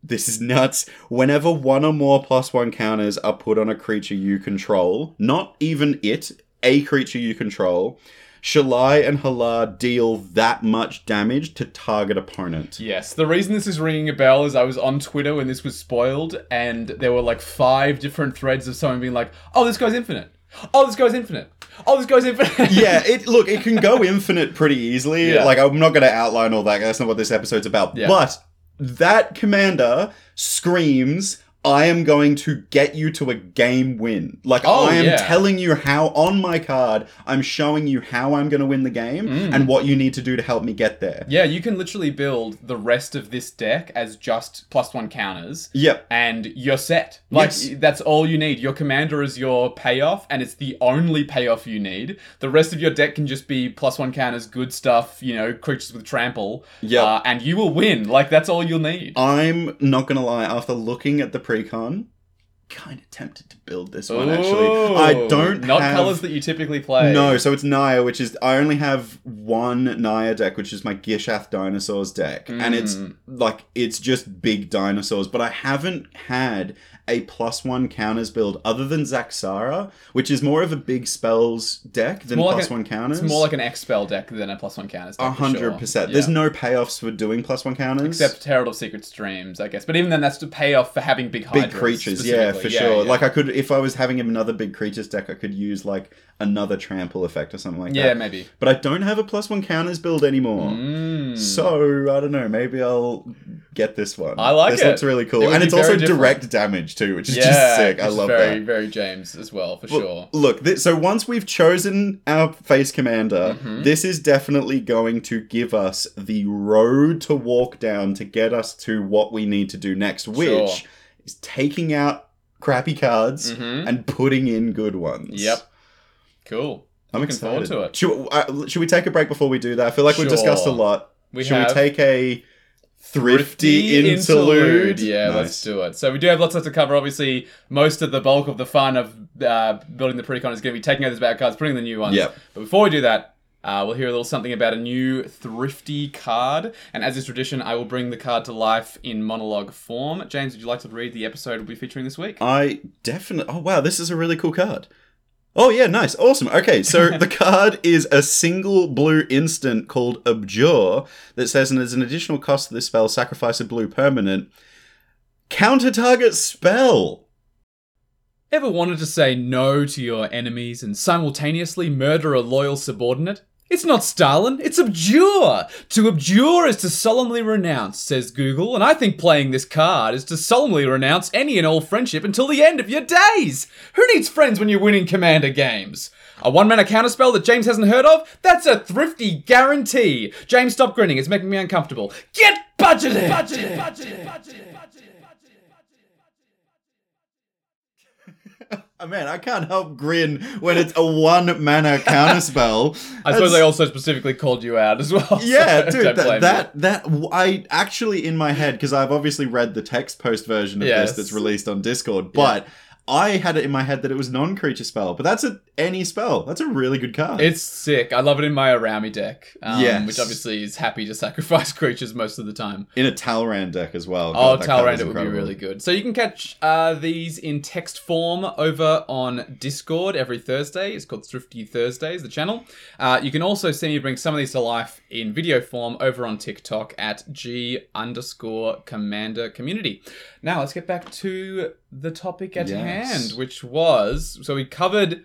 This is nuts. Whenever one or more plus one counters are put on a creature you control, not even it, a creature you control, Shalai and Halar deal that much damage to target opponent.
Yes, the reason this is ringing a bell is I was on Twitter when this was spoiled, and there were like five different threads of someone being like, "Oh, this guy's infinite. Oh, this guy's infinite. Oh, this guy's infinite."
yeah, it look, it can go infinite pretty easily.
Yeah.
Like I'm not going to outline all that. That's not what this episode's about.
Yeah.
But that commander screams I am going to get you to a game win. Like
Oh,
I am
yeah.
telling you how on my card I'm showing you how I'm going to win the game
Mm.
and what you need to do to help me get there.
Yeah, you can literally build the rest of this deck as just plus one counters,
Yep.
and you're set. Like
Yes.
that's all you need. Your commander is your payoff, and it's the only payoff you need. The rest of your deck can just be plus one counters, good stuff, you know, creatures with trample.
Yep.
uh, and you will win. Like that's all you'll need.
I'm not going to lie after looking at the pre-con kind of tempted to build this one
Ooh.
actually. I don't
not
have-
colors that you typically play.
No, so it's Naya, which is I only have one Naya deck, which is my Gishath Dinosaurs deck, and it's
Mm.
like it's just big dinosaurs. But I haven't had a plus one counters build other than Zaxara, which is more of a big spells deck than
more like
plus
a-
one counters.
it's more like an X spell deck than a plus one counters.
a
deck, for sure.
hundred percent.
Yeah.
There's no payoffs for doing plus one counters
except Herald of Secret Streams, I guess. But even then, that's the payoff for having big
big
hydras
creatures. Yeah,
specifically.
for sure.
yeah.
Like I could, if I was having another big creatures deck, I could use like another trample effect or something like
yeah,
that.
maybe.
But I don't have a plus one counters build anymore.
Mm.
So I don't know. Maybe I'll get this one.
I like
this
it.
looks really
It
cool,
would
and
be
it's also
very different.
direct damage too, which is
yeah,
just sick. I
which is
love
very,
that.
Very James as well, for
Well,
sure.
Look, thi- so once we've chosen our face commander,
Mhm.
this is definitely going to give us the road to walk down to get us to what we need to do next, which
Sure.
is taking out crappy cards
Mhm.
and putting in good ones.
Yep. Cool.
I'm
Looking forward
excited.
to it.
Should, uh, should we take a break before we do that? I feel like we've discussed a
Sure.
lot.
We
Should
have
we take a thrifty, interlude?
Yeah, let's do it. So we do have lots to cover. Obviously, most of the bulk of the fun of uh, building the precon is going to be taking out those bad cards, putting in the new ones.
Yep.
But before we do that, uh, we'll hear a little something about a new thrifty card. And as is tradition, I will bring the card to life in monologue form. James, would you like to read the episode we'll be featuring this week?
I definitely. Oh wow, this is a really cool card. Oh yeah, nice, awesome. Okay, so the card is a single blue instant called Abjure that says, and as an additional cost to this spell, sacrifice a blue permanent, counter target spell.
Ever wanted to say no to your enemies and simultaneously murder a loyal subordinate? It's not Stalin, it's Abjure! To abjure is to solemnly renounce, says Google, and I think playing this card is to solemnly renounce any and all friendship until the end of your days! Who needs friends when you're winning Commander games? A one mana counterspell that James hasn't heard of? That's a thrifty guarantee! James, stop grinning, it's making me uncomfortable. Get budgeted! Budgeted! Budgeted! Budgeted!
Oh, man, I can't help grin when it's a one mana counter spell.
I suppose I also specifically called you out as well.
yeah,
so
dude,
don't blame
that,
me.
that that w- I actually in my head because I've obviously read the text post version of
Yes.
this that's released on Discord, but I had it in my head that it was non-creature spell, but that's a any spell. That's a really good card.
It's sick. I love it in my Arami deck, um,
Yes.
which obviously is happy to sacrifice creatures most of the time.
in a Talran deck as well.
Oh,
God, that card is
Talrand, it would be
incredible.
really good. So you can catch uh, these in text form over on Discord every Thursday. It's called Thrifty Thursdays, the channel. Uh, you can also see me bring some of these to life in video form over on TikTok at G underscore Commander Community. Now let's get back to the topic at
Yes.
hand, which was so we covered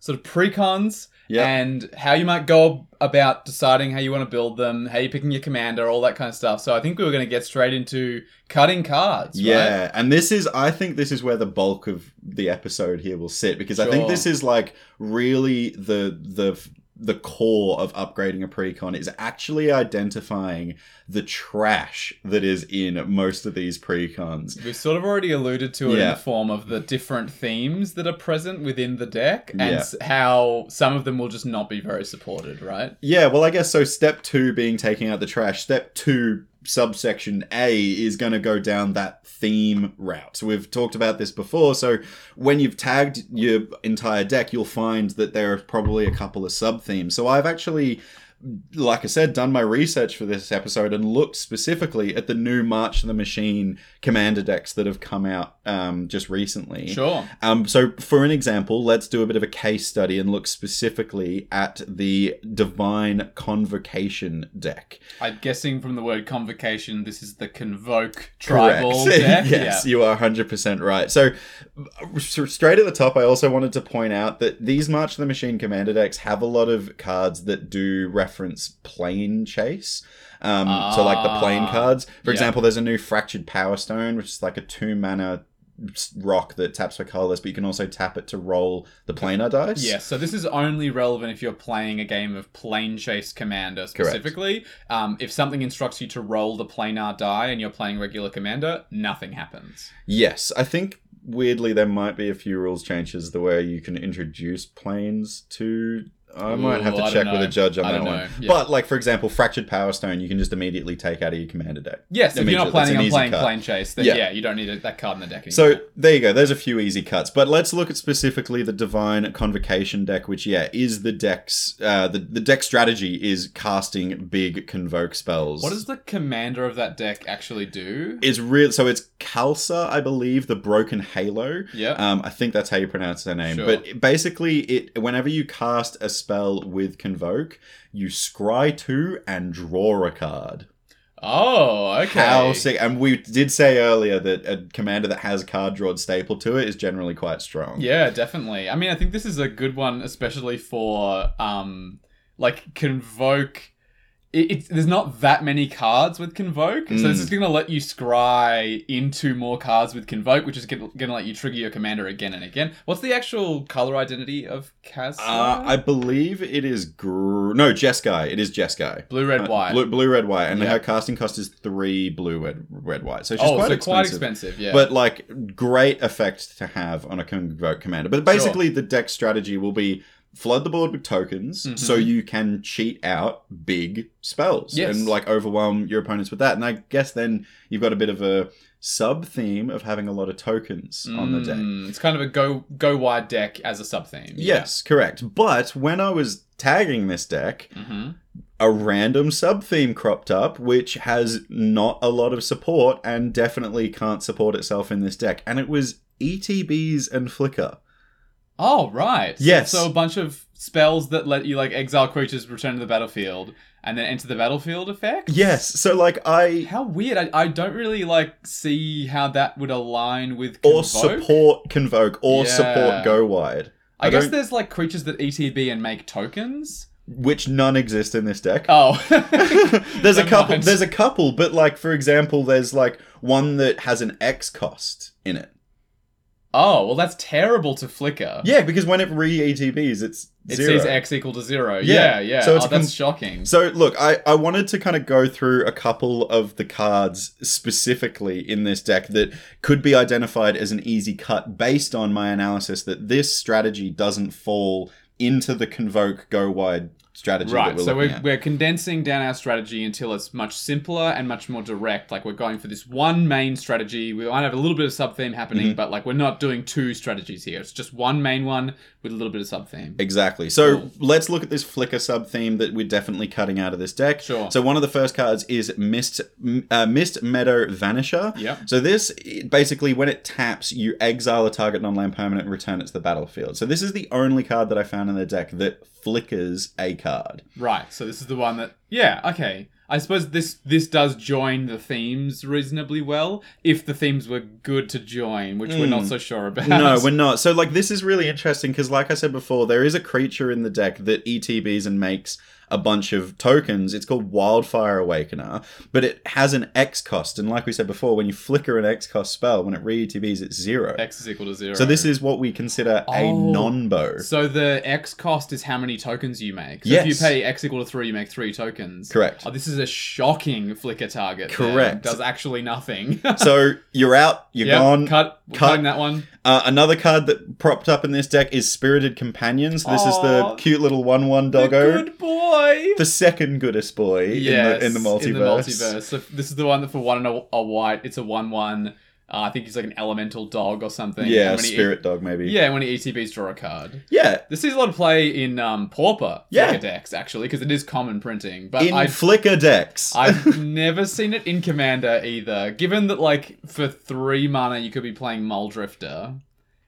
sort of precons
Yeah.
and how you might go about deciding how you want to build them, how you're picking your commander, all that kind of stuff. So I think we were going to get straight into cutting cards. right?
Yeah, and this is I think this is where the bulk of the episode here will sit because I think
Sure.
this is like really the the the core of upgrading a precon is actually identifying the trash that is in most of these precons.
We've sort of already alluded to it in
Yeah.
the form of the different themes that are present within the deck and
Yeah.
s- how some of them will just not be very supported, right?
Yeah, well, I guess so. Step two being taking out the trash. Step two, subsection A, is going to go down that theme route. So we've talked about this before. So when you've tagged your entire deck, you'll find that there are probably a couple of sub themes. So I've actually. Like I said, done my research for this episode and looked specifically at the new March of the Machine commander decks that have come out um, just recently.
Sure.
Um, so, for an example, let's do a bit of a case study and look specifically at the Divine Convocation deck.
I'm guessing from the word convocation, this is the convoke tribal
Correct.
deck.
yes,
Yeah.
you are 100% right. So, so straight at the top, I also wanted to point out that these March of the Machine Commander decks have a lot of cards that do reference plane chase. Um, so, like the plane
Ah,
cards. For
yeah.
example, there's a new Fractured Power Stone, which is like a two mana rock that taps for colorless, but you can also tap it to roll the planar dice.
Yes, so this is only relevant if you're playing a game of Plane Chase Commander specifically. Um, if something instructs you to roll the planar die and you're playing regular Commander, nothing happens.
Yes, I think weirdly there might be a few rules changes the way you can introduce planes to. I might
Ooh,
have to
I
check
don't
with a
know.
judge on
I
that
don't
one.
know, yeah.
But like for example, fractured power stone, you can just immediately take out of your commander deck.
Yes, if you're
Immediately,
not
that's
planning
an
on
easy
playing
cut.
Plane Chase, then
Yeah.
yeah, you don't need a, that card in the deck anymore.
So there you go. There's a few easy cuts, but let's look at specifically the divine convocation deck, which yeah is the deck's uh, the the deck strategy is casting big convoke spells.
what does the commander of that deck actually do?
It's real. So it's Kalsa, I believe, the Broken Halo.
Yep.
Um, I think that's how you pronounce their name.
Sure.
But it- basically, it whenever you cast a spell with Convoke, you scry two and draw a card.
oh, okay.
How sick! And we did say earlier that a commander that has card drawn staple to it is generally quite strong.
Yeah, definitely. I mean, I think this is a good one, especially for um, like convoke. It, it's there's not that many cards with convoke, so this
Mm.
is going to let you scry into more cards with convoke, which is going to let you trigger your commander again and again. What's the actual color identity of Cas?
Uh, I believe it is gr- no Jeskai. It is Jeskai.
blue, red,
Uh,
white.
blue, blue, red, white, and
Yeah.
her casting cost is three blue, red, red, white. So she's
oh,
quite,
so
expensive.
quite expensive. Yeah,
but like great effect to have on a convoke commander. But basically, the deck strategy will be flood the board with tokens
Mhm.
so you can cheat out big spells
Yes.
and like overwhelm your opponents with that. And I guess then you've got a bit of a sub theme of having a lot of tokens on the deck.
Mm, it's kind of a go go wide deck as a sub theme.
Yes, correct. But when I was tagging this deck,
hmm
a random sub theme cropped up which has not a lot of support and definitely can't support itself in this deck. And it was ETBs and Flicker.
Oh right. So-
Yes.
So a bunch of spells that let you like exile creatures return to the battlefield and then enter the battlefield effect.
Yes. So like I
How weird. I, I don't really like see how that would align with convoke.
or support convoke or
Yeah.
support go wide,
I,
I
guess
don't-
there's like creatures that ETB and make tokens.
which none exist in this deck.
Oh.
there's a
Never
couple.
mind.
There's a couple, but like for example, there's like one that has an X cost in it.
Oh, well that's terrible to flicker.
Yeah, because when it re ETBs, it's
It
zero.
sees X equal to zero. Yeah,
Yeah.
yeah.
So it's
oh,
a com-
that's shocking.
So look, I, I wanted to kind of go through a couple of the cards specifically in this deck that could be identified as an easy cut based on my analysis that this strategy doesn't fall into the convoke go wide strategy that
Right,
we're
so
looking
we're,
at.
we're condensing down our strategy until it's much simpler and much more direct. Like we're going for this one main strategy. We might have a little bit of sub theme happening,
Mm-hmm.
but like we're not doing two strategies here. It's just one main one with a little bit of sub theme.
Exactly. So let's look at this flicker sub theme that we're definitely cutting out of this deck.
Sure.
So one of the first cards is Mist M- uh, Mist Meadow Vanisher.
Yep.
So this it- basically, when it taps, you exile a target non-land permanent and return it to the battlefield. So this is the only card that I found in the deck that flickers a card.
Right, so this is the one that yeah, okay. I suppose this this does join the themes reasonably well if the themes were good to join, which we're not so sure about.
Hmm. No, we're not. So like this is really interesting because like I said before, there is a creature in the deck that ETBs and makes a bunch of tokens. It's called Wildfire Awakener, but it has an X cost. And like we said before, when you flicker an X cost spell, when it re-ETBs, it's zero.
X is equal to zero.
So this is what we consider a
Oh.
non-bow.
So the X cost is how many tokens you make. So if
Yes.
you pay X equal to three, you make three tokens.
Correct.
Oh, this is a shocking flicker target. then.
Correct.
Does actually nothing.
So you're out, you're
Yep,
gone.
Cut. We're
Cut.
Cutting that one.
Uh, another card that propped up in this deck is Spirited Companions. This is the
Aw,
cute little one-one doggo,
The good boy.
the second goodest boy
yes,
in, the, in the multiverse.
multiverse. So this is the one that for one and a, a white, it's a one-one. Uh, I think he's like an elemental dog or something.
Yeah,
And when he-
Spirit Dog maybe.
yeah, when he ETBs, draw a card.
Yeah,
This sees a lot of play in um, Pauper
Yeah.
flicker decks actually, because it is common printing. But
in
I
Flickr decks.
I've never seen it in Commander either. Given that, like, for three mana, you could be playing Mole Drifter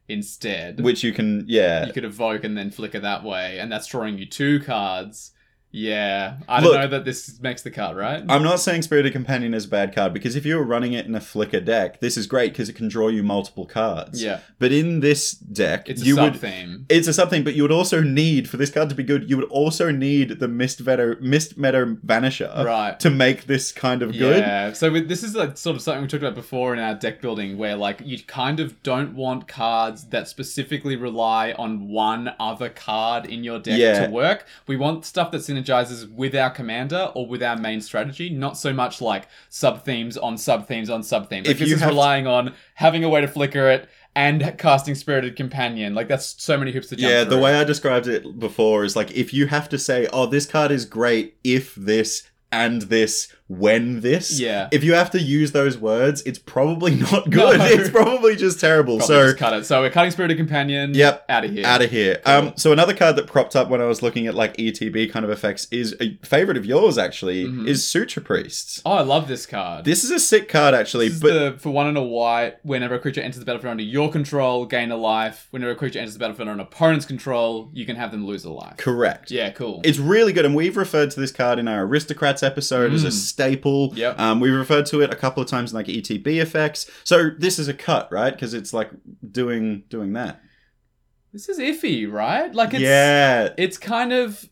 instead.
which you can, yeah.
you could evoke and then flicker that way, and that's drawing you two cards. Yeah. I don't
Look-
know that this makes the card, right?
I'm not saying Spirited Companion is a bad card because if you were running it in a Flickr deck, this is great because it can draw you multiple cards.
yeah.
But in this deck,
It's a
you
sub
would.
theme.
It's a something, but you would also need for this card to be good. You would also need the Mist Meadow, Mist Meadow Vanisher
Right.
to make this kind of good.
Yeah. So with, this is like sort of something we talked about before in our deck building, where like you kind of don't want cards that specifically rely on one other card in your deck
Yeah.
to work. We want stuff that synergizes with our commander or with our main strategy, not so much like sub themes on sub themes on sub themes. Like
If
this
you
is
have to-
relying on having a way to flicker it and casting Spirited Companion. Like that's so many hoops to jump
Yeah, the
through.
way I described it before is like if you have to say, "Oh, this card is great if this and this when this."
yeah.
if you have to use those words, it's probably not good.
No.
It's probably just terrible.
Probably
so
just cut it. So we're cutting Spirited Companion.
Yep.
Out of here.
out of here. Um, so another card that propped up when I was looking at like ETB kind of effects is a favorite of yours actually
Mhm.
is Suture Priest.
oh, I love this card.
This is a sick card actually,
This is
but
the, for one and a white, whenever a creature enters the battlefield under your control, gain a life. Whenever a creature enters the battlefield under an opponent's control, you can have them lose a life.
correct.
Yeah, cool.
It's really good, and we've referred to this card in our Aristocrats episode as a
Mm.
staple.
Yep.
Um, we've referred to it a couple of times in like ETB effects. So this is a cut, right? Because it's like doing doing that.
this is iffy, right? Like it's
yeah,
it's kind of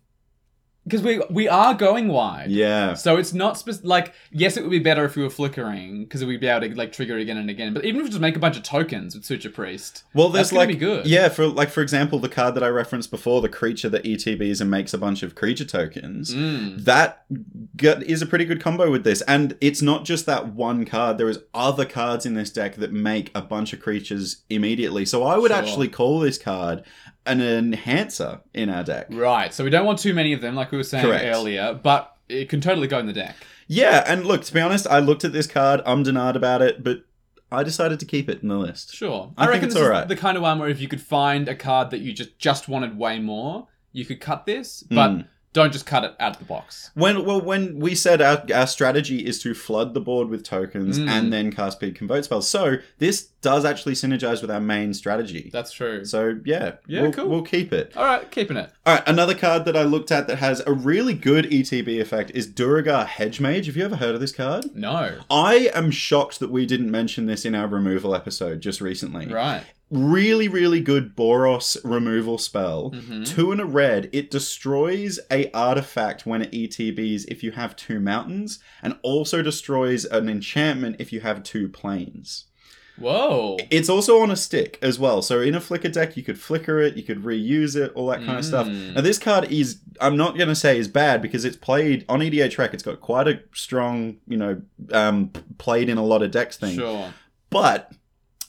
because we we are going wide.
yeah.
So it's not spec- like yes, it would be better if we were flickering because we'd be able to like trigger it again and again. But even if we just make a bunch of tokens with Suture Priest,
Well,
That's
there's
gonna
like
be good.
yeah, for like for example, the card that I referenced before, the creature that ETBs and makes a bunch of creature tokens.
mm,
That gut is a pretty good combo with this, and it's not just that one card. There is other cards in this deck that make a bunch of creatures immediately. So I would
Sure.
actually call this card an enhancer in our deck.
right? So we don't want too many of them, like we were saying
Correct.
earlier. But it can totally go in the deck.
Yeah, and look, to be honest, I looked at this card. I'm denied about it, but I decided to keep it in the list.
Sure.
I
I,
think
reckon
it's
this is
alright.
the kind of one where if you could find a card that you just just wanted way more, you could cut this, but
Mm.
don't just cut it out of the box.
When well, when we said our, our strategy is to flood the board with tokens
Mm.
and then cast big convert spells, so this does actually synergize with our main strategy.
That's true.
so yeah,
Yeah,
we'll,
cool.
we'll keep it.
all right, keeping it.
All right, another card that I looked at that has a really good ETB effect is Duragar Hedgemage. Have you ever heard of this card?
No.
I am shocked that we didn't mention this in our removal episode just recently.
Right.
Really, really good Boros removal spell.
hmm
Two and a red, it destroys a artifact when it ETBs if you have two mountains, and also destroys an enchantment if you have two planes.
Whoa.
It's also on a stick as well, so in a flicker deck you could flicker it, you could reuse it, all that kind of stuff.
Mm.
Now this card is I'm not gonna say is bad because it's played on EDA track, it's got quite a strong, you know, um played in a lot of decks thing.
Sure.
But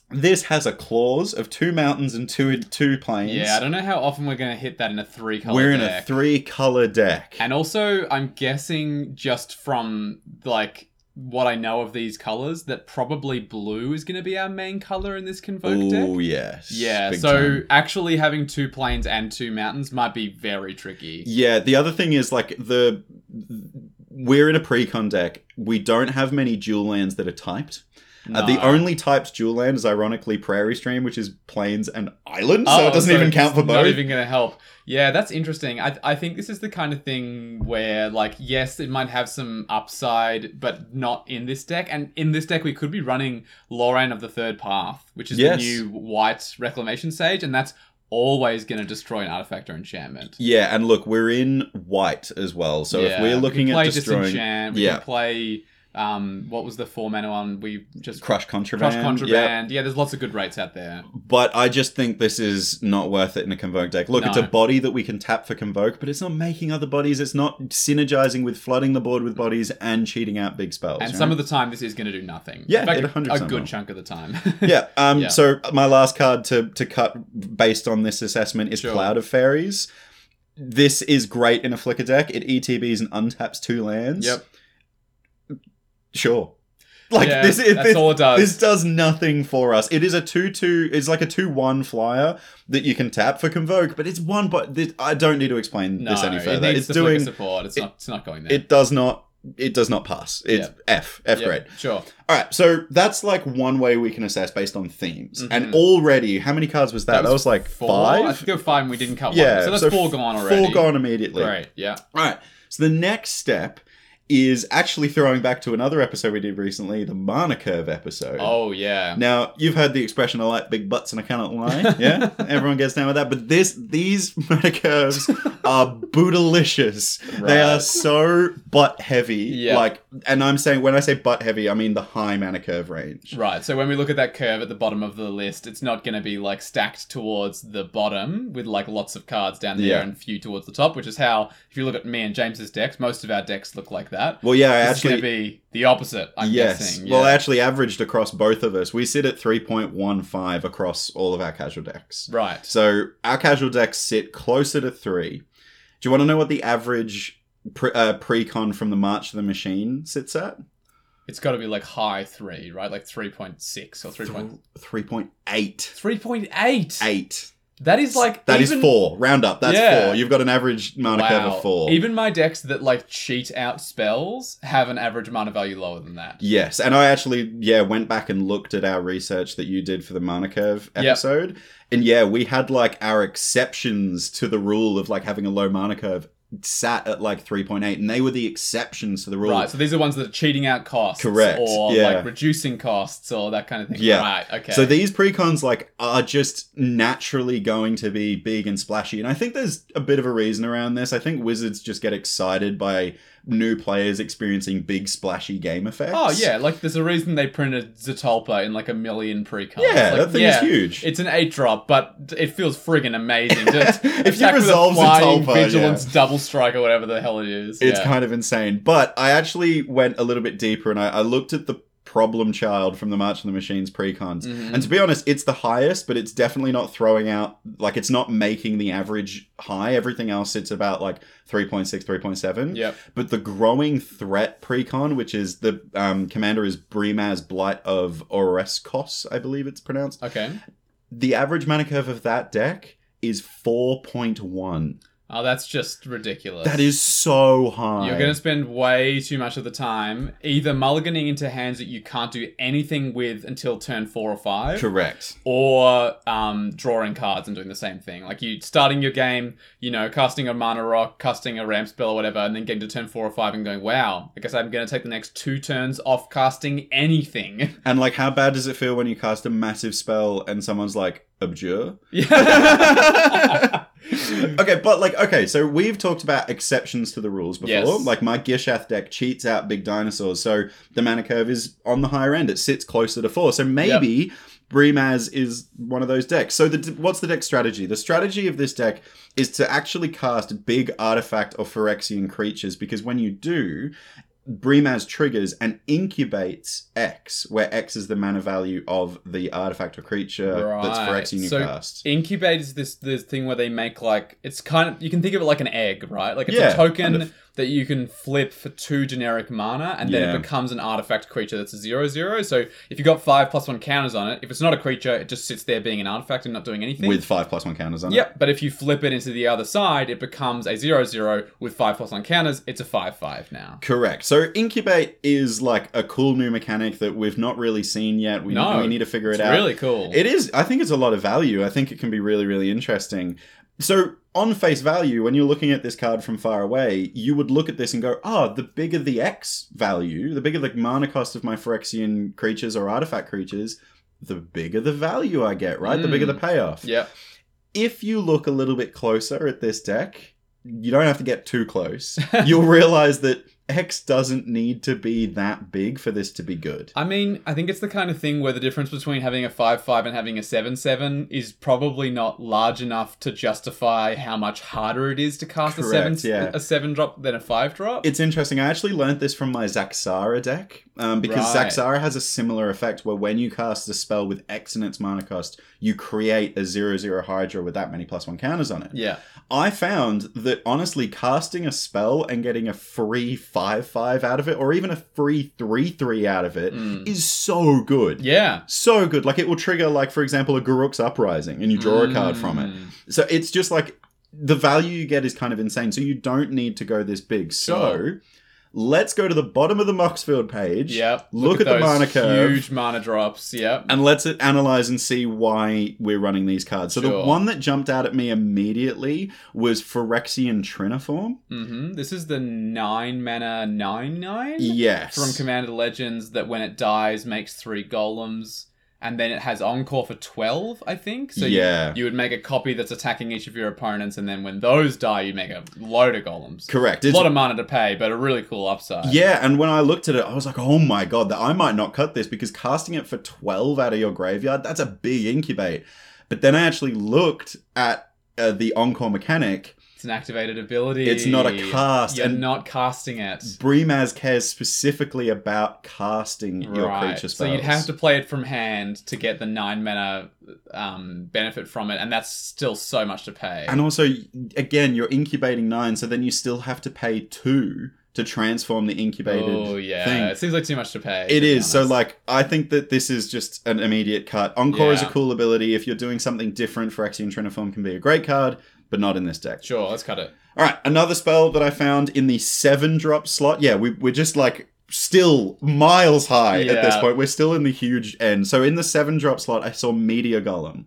This has a clause of two mountains and two two plains.
Yeah, I don't know how often we're going to hit that in a three color.
We're in a three color deck.
And also, I'm guessing just from like what I know of these colors that probably blue is going to be our main color in this convoke
Oh
deck.
yes.
Yeah,
Big
so
time.
actually having two plains and two mountains might be very tricky.
Yeah, the other thing is like the we're in a pre-con deck. We don't have many dual lands that are typed. Uh, the
No.
only typed dual land is ironically Prairie Stream, which is plains and island, so
Oh,
it doesn't even
it's
count for
Not
both.
even going to help. Yeah, that's interesting. I, I think this is the kind of thing where, like, yes, it might have some upside, but not in this deck. And in this deck, we could be running Loran of the Third Path, which is
Yes.
the new white Reclamation Sage, and that's always going to destroy an artifact or enchantment.
Yeah, and look, we're in white as well. So if
Yeah,
we're
we
looking
can
at
play
destroying
Disenchant, we
yeah.
can play, um, what was the four mana one? We just
Crush Contraband,
Crush
yeah.
Contraband. Yeah, there's lots of good rates out there.
But I just think this is not worth it in a Convoke deck. Look, it's a
No.
body that we can tap for Convoke, but it's not making other bodies. It's not synergizing with flooding the board with bodies and cheating out big spells.
And some of the time, this is going to do nothing.
Yeah,
In fact,
it 100%
a good
will.
chunk of the time.
yeah, um,
Yeah.
so my last card to, to cut based on this assessment is
Sure.
Cloud of Fairies. This is great in a Flicker deck. It ETBs and untaps two lands.
Yep.
Sure. Like
Yeah,
this is
that's
this,
all it does.
this does nothing for us. It is a two-two. It's like a two-one flyer that you can tap for convoke, but it's one. But this, I don't need to explain
no,
this any further.
It needs
it's
the flicker
doing.
support. It's
it-
not. It's not going there.
It does not. It does not pass. It's
Yep.
F. F
Yeah,
grade.
Sure.
All right, so that's like one way we can assess based on themes. And
Mhm.
already, how many cards was that? That was, like
four. I
five.
think there were five. and We didn't cut
Yeah,
one. So that's
so
four gone already.
Four gone immediately.
Great. Yeah.
All right. So the next step is actually throwing back to another episode we did recently, the mana curve episode.
Oh yeah.
Now you've heard the expression "I like big butts and I cannot lie." Yeah, everyone gets down with that. But this, these mana curves are bootalicious. They are
Right.
so butt heavy.
Yeah.
Like, and I'm saying when I say butt heavy, I mean the high mana curve range.
Right. So when we look at that curve at the bottom of the list, it's not going to be like stacked towards the bottom with like lots of cards down there
Yeah.
and few towards the top, which is how if you look at me and James's decks, most of our decks look like that.
Well, yeah, I
This
actually
is going to be the opposite. I'm
yes.
guessing.
Well,
yeah.
I actually averaged across both of us. We sit at 3.15 across all of our casual decks.
right.
So our casual decks sit closer to three. Do you want to know what the average pre- uh, pre-con from the March of the Machine sits at?
It's got to be like high three, right? Like three point six or three point
Three point eight
three point eight.
eight.
That is like
That is
even-
four. Round up. That's
Yeah.
four. You've got an average mana curve of four.
Even my decks that like cheat out spells have an average mana value lower than that.
Yes, and I actually yeah went back and looked at our research that you did for the Mana Curve
Yep.
episode, and yeah, we had like our exceptions to the rule of like having a low Mana Curve sat at like three point eight, and they were the exceptions to the rule.
Right, so these are ones that are cheating out costs,
Correct,
or
yeah.
like reducing costs, or that kind of thing.
Yeah.
Right. Okay.
So these precons like are just naturally going to be big and splashy, and I think there's a bit of a reason around this. I think Wizards just get excited by new players experiencing big splashy game effects.
oh yeah, like there's a reason they printed Zatolpa in like a million pre cards.
yeah,
like,
that thing
yeah,
is huge.
It's an eight drop, but it feels friggin' amazing. To
if you
attack with a
resolve
flying
Zatolpa, yeah.
vigilance, double strike, or whatever the hell it is.
It's
yeah.
kind of insane. But I actually went a little bit deeper and I, I looked at the problem child from the March of the Machines precons.
Mhm.
And to be honest, it's the highest, but it's definitely not throwing out, like, it's not making the average high. Everything else, it's about like 3.6, 3.7.
Yep.
But the growing threat precon, which is the um, commander is Brimaz Blight of Oreskos, I believe it's pronounced.
Okay.
The average mana curve of that deck is 4.1.
Oh, that's just ridiculous.
That is so high.
You're going to spend way too much of the time either mulliganing into hands that you can't do anything with until turn four or five,
Correct.
or um, drawing cards and doing the same thing. Like you starting your game, you know, casting a mana rock, casting a ramp spell or whatever, and then getting to turn four or five and going, wow, I guess I'm going to take the next two turns off casting anything.
And like, how bad does it feel when you cast a massive spell and someone's like, abjure?
yeah.
okay, but like, okay, so we've talked about exceptions to the rules before.
Yes.
Like, my Gishath deck cheats out big dinosaurs, so the mana curve is on the higher end. It sits closer to four. So maybe. Brimaz is one of those decks. So, the, what's the deck strategy? The strategy of this deck is to actually cast big artifact or Phyrexian creatures because when you do, Brimaz triggers and incubates X, where X is the mana value of the artifact or creature that's for X
Right,
in your
so
cast.
Incubate is this this thing where they make like it's kind of you can think of it like an egg, right? Like it's
Yeah,
a token
kind of.
that you can flip for two generic mana, and then
Yeah.
it becomes an artifact creature that's a zero zero. So if you got five plus one counters on it, if it's not a creature, it just sits there being an artifact and not doing anything.
With five plus one counters on it.
Yep, but if you flip it into the other side, it becomes a zero zero with five plus one counters. It's a five five now.
Correct. So incubate is like a cool new mechanic that we've not really seen yet. We,
No,
we need to figure it
It's
out.
really cool.
It is. I think it's a lot of value. I think it can be really, really interesting. So, on face value, when you're looking at this card from far away, you would look at this and go, "Ah, the bigger the X value, the bigger the mana cost of my Phyrexian creatures or artifact creatures, the bigger the value I get, right? The bigger
Mm.
the payoff.
Yep.
If you look a little bit closer at this deck, you don't have to get too close. You'll realize that X doesn't need to be that big for this to be good.
I mean, I think it's the kind of thing where the difference between having a 5 5 and having a 7 7 is probably not large enough to justify how much harder it is to cast a,
Correct,
7,
yeah.
a 7 drop than a 5 drop.
It's interesting. I actually learnt this from my Zaxara deck um, because
Right.
Zaxara has a similar effect where when you cast a spell with X in its mana cost, you create a zero zero Hydra with that many plus one counters on it.
yeah.
I found that honestly, casting a spell and getting a free 5 5 out of it or even a free 3 3 out of it is
Mm.
so good.
Yeah.
So good. Like it will trigger, like, for example, a Guruk's Uprising and you draw a card from it.
Mm.
So it's just like the value you get is kind of insane. So you don't need to go this big. So
Sure.
let's go to the bottom of the Moxfield page.
Yep.
Look, at, the
those
mana curve.
Huge mana drops. Yep.
And let's analyze and see why we're running these cards. So the
Sure.
one that jumped out at me immediately was Phyrexian Triniform.
hmm This is the 9 mana 9 9
Yes.
from Commander Legends that when it dies makes 3 golems. And then it has Encore for 12, I think. So you
yeah.
You would make a copy that's attacking each of your opponents, and then when those die, you make a load of golems.
Correct.
A
It's-
lot of mana to pay, but a really cool upside.
Yeah, and when I looked at it, I was like, oh my god, that I might not cut this because casting it for 12 out of your graveyard, that's a big incubate. But then I actually looked at uh, the Encore mechanic.
It's an activated ability.
It's not a cast.
You're
and
not casting it.
Bremaz cares specifically about casting your
Right.
creature spells.
So you'd have to play it from hand to get the nine mana um, benefit from it, and that's still so much to pay.
And also, again, you're incubating nine, so then you still have to pay two to transform the incubated
oh yeah,
thing.
it seems like too much to pay. to
It
be
is. So,
honest.
like, I think that this is just an immediate cut. Encore is a
Yeah.
cool ability. If you're doing something different, Phyrexian Triniform can be a great card, but not in this deck.
sure, let's cut it.
All right, another spell that I found in the seven drop slot. Yeah, we, we're just like still miles high at this
Yeah.
point. We're still in the huge end. So, in the seven drop slot, I saw Meteor Golem.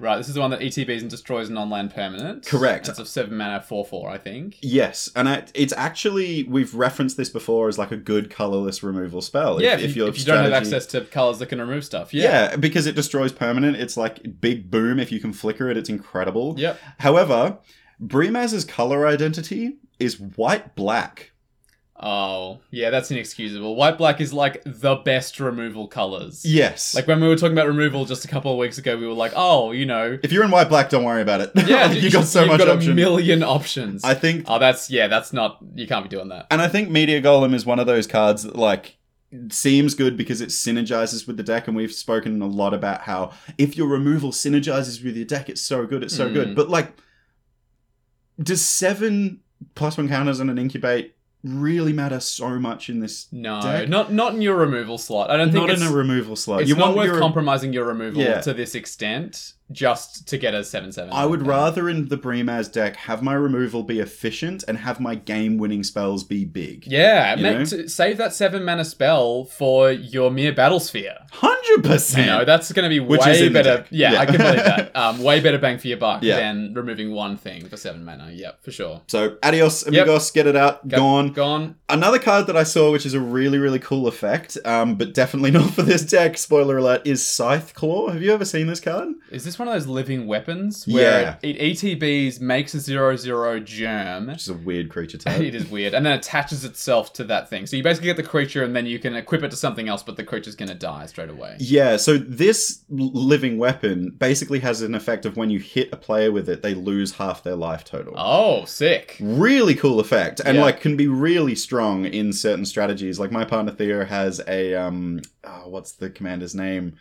Right, this is the one that ETBs and destroys non-land permanent.
Correct.
That's a seven mana four four, I think.
Yes, and I, it's actually, we've referenced this before as like a good colorless removal spell.
yeah, if, you,
your
if you don't have
strategy-
access to colors that can remove stuff, yeah.
Yeah. because it destroys permanent. It's like big boom. If you can flicker it, it's incredible.
Yep.
However, Brimaz's color identity is white black.
Oh, yeah, that's inexcusable. White black is like the best removal colors.
Yes. Like
Like when we were talking about removal just a couple of weeks ago, we were like, oh, you know,
if you're in white black, don't worry about it.
yeah,
you got so
you've
much
got
option.
a million options.
I think,
oh, that's yeah, that's not you can't be doing that.
and I think Meteor Golem is one of those cards that like seems good because it synergizes with the deck, and we've spoken a lot about how if your removal synergizes with your deck, it's so good. It's so good.
Mm.
But like, does seven plus one counters on an incubate really matter so much in this
No,
Deck?
not not in your removal slot. I don't think
not
it's,
in a removal slot.
it's
You
not
want
worth
your.
compromising your removal
Yeah.
to this extent just to get a seven seven.
I would rather in the Bremaz deck have my removal be efficient and have my game-winning spells be big.
Yeah,
You know?
make, to save that seven mana spell for your mere battle sphere.
hundred
You know,
percent.
that's going to be
Which is
way
in the
better.
deck.
Yeah,
Yeah.
I can believe that. Um, way better bang for your buck
Yeah.
than removing one thing for seven mana. Yep, for sure.
So adios
Yep.
amigos, get it out,
Go-
gone.
Gone.
Another card that I saw, which is a really really cool effect, um, but definitely not for this deck. Spoiler alert: is Scythe Claw. Have you ever seen this card?
Is this just one of those living weapons where
Yeah.
it, it ETBs, makes a zero zero germ.
Which is a weird creature type.
It is weird, and then attaches itself to that thing. So you basically get the creature, and then you can equip it to something else, but the creature's gonna die straight away.
Yeah, so this l- living weapon basically has an effect of when you hit a player with it, they lose half their life total.
Oh, sick!
Really cool effect, and
Yeah.
like can be really strong in certain strategies. Like my partner Theo has a um, oh, what's the commander's name?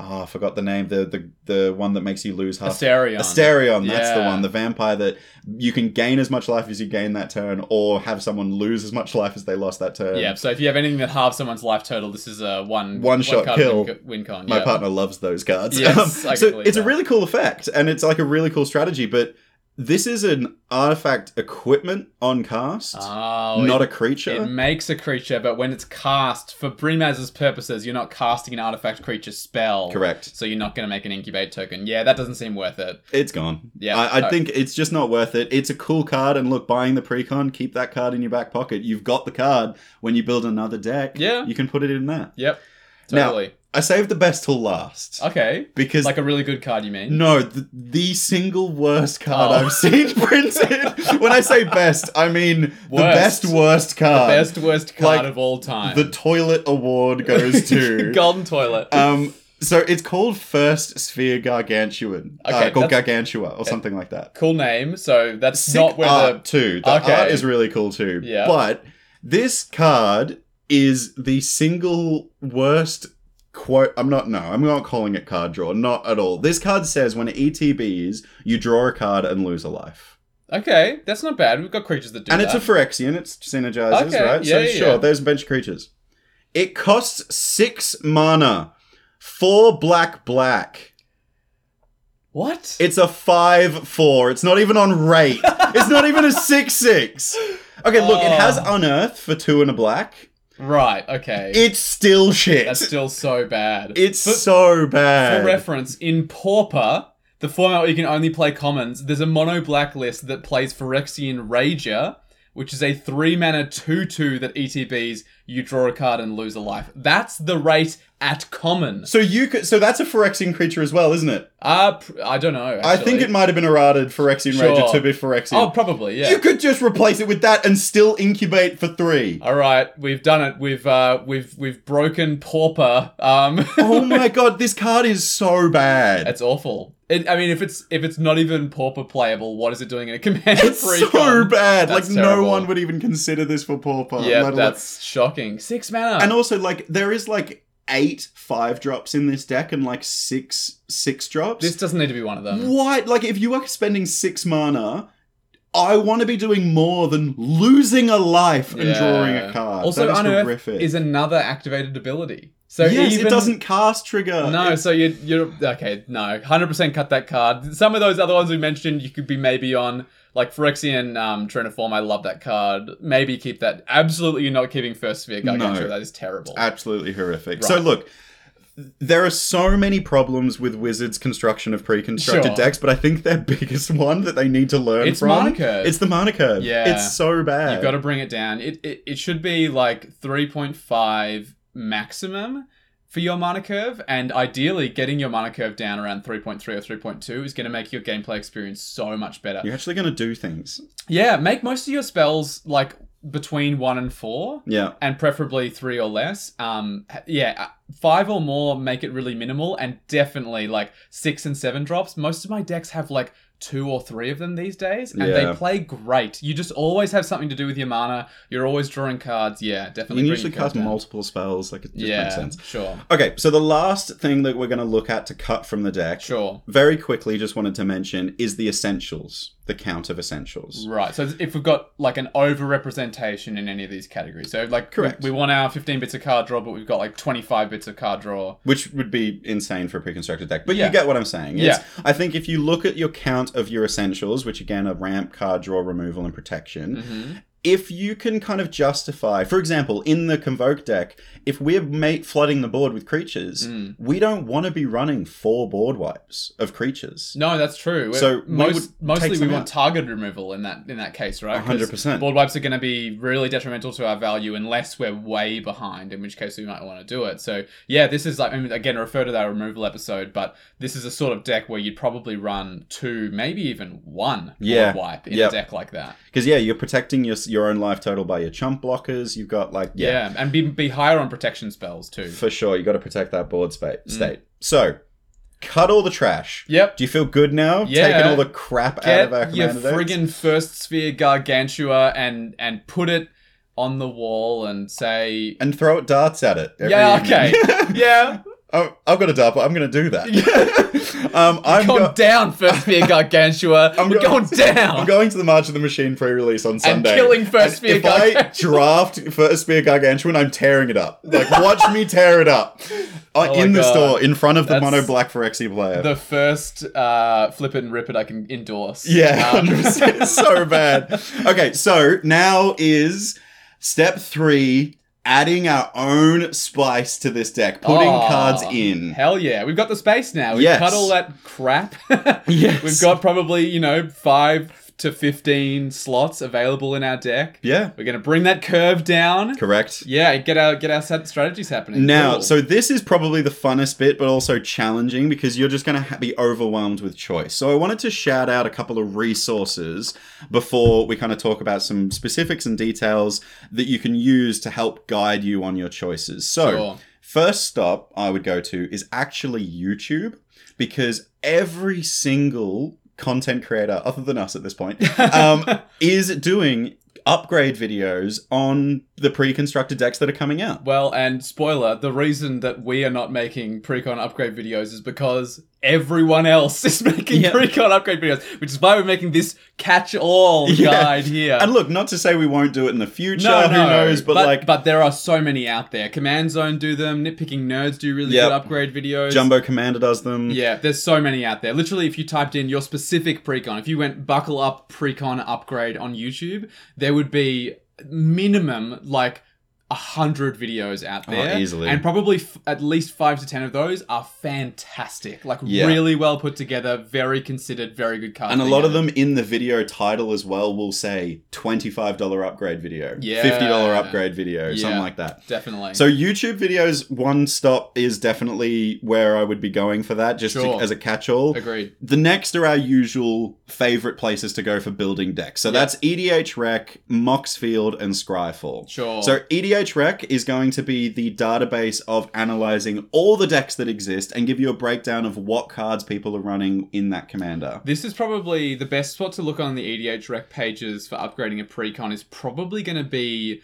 Oh, I forgot the name. The the the one that makes you lose half.
Asterion.
Asterion, that's the
Yeah.
one, the vampire that you can gain as much life as you gain that turn, or have someone lose as much life as they lost that turn.
Yeah. So if you have anything that halves someone's life total, this is a one
One-shot
card
kill.
Win, win con.
My
yeah.
partner loves those cards. Um,
Yes, I can
so
believe
it's a
that.
really cool effect, and it's like a really cool strategy. But this is an artifact equipment on cast,
Oh,
not
it,
a creature.
it makes a creature, but when it's cast for Brimaz's purposes, you're not casting an artifact creature spell.
Correct.
So you're not gonna make an incubate token. Yeah, that doesn't seem worth it.
It's gone.
Yeah,
I, I
no.
think it's just not worth it. It's a cool card, and look, buying the precon, keep that card in your back pocket. You've got the card. When you build another deck,
Yeah.
you can put it in that.
Yep.
Now-
Totally.
I saved the best till last
okay.
because
Like a really good card, you mean?
No, the, the single worst card
Oh.
I've seen printed. when I say best, I mean the
Worst.
best worst card.
Best worst card
uh, like,
of all time.
The toilet award goes to.
golden toilet.
um, so it's called First Sphere Gargantuan,
Okay,
uh, called
that's-
Gargantua or something like that.
cool name. So that's
Sick
not where
art
the
too. The
Okay.
art is really cool too.
Yeah.
But this card is the single worst quote. I'm not. No, I'm not calling it card draw. Not at all. This card says when E it ETBs, you draw a card and lose a life.
okay. That's not bad. We've got creatures that do
and
that.
it's a Phyrexian. It's synergizes,
Okay,
right?
yeah,
so
yeah,
sure,
yeah.
there's a bunch of creatures. It costs six mana. Four black black.
what?
It's a five four. It's not even on rate. it's not even a six six. Okay, look, it has
Oh.
unearth for two and a black.
right. Okay.
It's still shit.
That's still so bad.
it's
for,
so
for
bad.
reference in Pauper, the format where you can only play commons. There's a mono blacklist that plays Phyrexian Rager. Which is a three mana 2 2 that ETBs, you draw a card and lose a life. That's the rate at common.
so you could. So that's a Phyrexian creature as well, isn't it?
Uh, pr- I don't know.
I think
actually.
it might have been errated Phyrexian
Sure.
Rager to be Phyrexian.
Oh, probably, yeah.
You could just replace it with that and still incubate for three.
All right, we've done it. We've uh, we've we've broken pauper. Um,
oh my god, this card is so bad.
it's awful. It, I mean, if it's if it's not even pauper playable, what is it doing in a commander
It's
free?
so bad.
That's
like no
terrible.
one would even consider this for Pauper.
Yeah,
let alone-
that's shocking. Six mana.
And also, like, there is like eight five drops in this deck and like six six drops.
this doesn't need to be one of them.
Why? Like, if you are spending six mana, I want to be doing more than losing a life and
Yeah.
drawing a card.
Also,
that is
unearth
horrific.
Is another activated ability. So
yes,
even,
it doesn't cast trigger.
No,
It-
so you you okay? No, hundred percent cut that card. Some of those other ones we mentioned, you could be maybe on like Phyrexian um, Triniform. I love that card. Maybe keep that. Absolutely, you're not keeping First Sphere Gargantua.
No.
That is terrible.
absolutely horrific. So
Right.
look. There are so many problems with Wizards' construction of pre-constructed
Sure.
decks, but I think their biggest one that they need to learn
It's
from
mana curve.
It's the mana curve.
Yeah.
it's so bad.
You've got to bring it down. It, it it should be like three point five maximum for your mana curve, and ideally getting your mana curve down around three point three or three point two is going to make your gameplay experience so much better.
You're actually going to do things.
yeah, make most of your spells like between one and four.
Yeah.
and preferably three or less. Um, h- yeah, uh, five or more make it really minimal, and definitely like six and seven drops. Most of my decks have like two or three of them these days, and
Yeah.
they play great. You just always have something to do with your mana. You're always drawing cards. Yeah,
You
definitely.
can
bring
usually
your cards
cast
down.
multiple spells, like it just
yeah,
makes sense.
sure,
Okay, so the last thing that we're going to look at to cut from the deck,
sure.
very quickly, just wanted to mention, is the essentials, the count of essentials.
Right. So if we've got like an overrepresentation in any of these categories, so like we-
Correct.
we, want our 15 bits of card draw, but we've got like 25 bits of card draw.
Which would be insane for a pre-constructed deck, but
Yeah.
you get what I'm saying. It's- I think if you look at your count of your essentials, which again are ramp, card draw, removal, and protection,
hmm
if you can kind of justify, for example, in the Convoke deck, if we're mate flooding the board with creatures,
Mm.
we don't want to be running four board wipes of creatures.
No, that's true. We're-
So we
most,
would take
mostly we
some
want
out.
target removal in that in that case, right? 'Cause
100%.
Board wipes are going to be really detrimental to our value unless we're way behind, in which case we might want to do it. So yeah, this is like I mean, again refer to that removal episode, but this is a sort of deck where you'd probably run two, maybe even one
Yeah.
board wipe in
Yep.
a deck like that.
Because yeah, you're protecting your your own life total by your chump blockers. You've got like yeah,
Yeah, and be be higher on protection spells too.
for sure. You got to protect that board spa-
Mm.
state. So cut all the trash.
Yep.
Do you feel good now?
Yeah.
Taking all the crap out of our
Get your
commander decks?
friggin' first sphere gargantua and and put it on the wall and say
and throw darts at it. every
Yeah,
evening.
Yeah.
oh, I've got a dart, but I'm going to do that. um, I'm,
going
go-
down, First Fear Gargantua.
I'm
We're going,
going-
down.
I'm going to the March of the Machine pre-release on Sunday.
killing First
And
Spear
If I
Gargantuan.
draft First Spear Gargantuan, I'm tearing it up. Like, watch me tear it up. Uh,
Oh my
in the
God.
store, in front of the
That's-
Mono Black Phyrexia player.
the first uh, flip it and rip it I can endorse.
Yeah,
Um,
100%. It's so bad. Okay, so now is step three: adding our own spice to this deck, putting
Aw,
cards in.
Hell yeah. We've got the space now. We've
Yes.
cut all that crap.
Yes.
We've got probably, you know, five to 15 slots available in our deck.
Yeah,
We're going to bring that curve down.
correct.
Yeah, get our get our set strategies happening.
Now,
Cool.
so this is probably the funnest bit, but also challenging because you're just going to ha- be overwhelmed with choice. So, I wanted to shout out a couple of resources before we kind of talk about some specifics and details that you can use to help guide you on your choices. So,
Sure.
first stop I would go to is actually YouTube because every single content creator, other than us at this point, um, is doing upgrade videos on the pre-constructed decks that are coming out.
Well, and spoiler, the reason that we are not making precon upgrade videos is because everyone else is making
Yeah.
precon upgrade videos, which is why we're making this catch all
Yeah.
guide here.
And look, not to say we won't do it in the future.
no,
who
no,
knows? But, like,
but there are so many out there. Command Zone do them. Nitpicking Nerds do really
Yep.
good upgrade videos.
Jumbo Commander does them.
Yeah, there's so many out there. Literally, if you typed in your specific precon, if you went buckle up precon upgrade on YouTube, there would be minimum like a hundred videos out there,
Ah, easily.
and probably f- at least five to ten of those are fantastic, like
Yeah.
really well put together, very considered, very good cards.
And a lot of
together.
them in the video title as well will say twenty-five dollar upgrade video,
Yeah.
fifty dollar upgrade video, something
Yeah.
like that.
definitely.
So YouTube videos, one stop is definitely where I would be going for that, just to-
Sure.
as a catch-all.
agreed.
The next are our usual favorite places to go for building decks. So that's EDH Rec, Moxfield, and Scryfall.
Sure.
So EDH Rec is going to be the database of analyzing all the decks that exist and give you a breakdown of what cards people are running in that commander.
This is probably the best spot to look on the EDH rec pages for upgrading a precon is probably going to be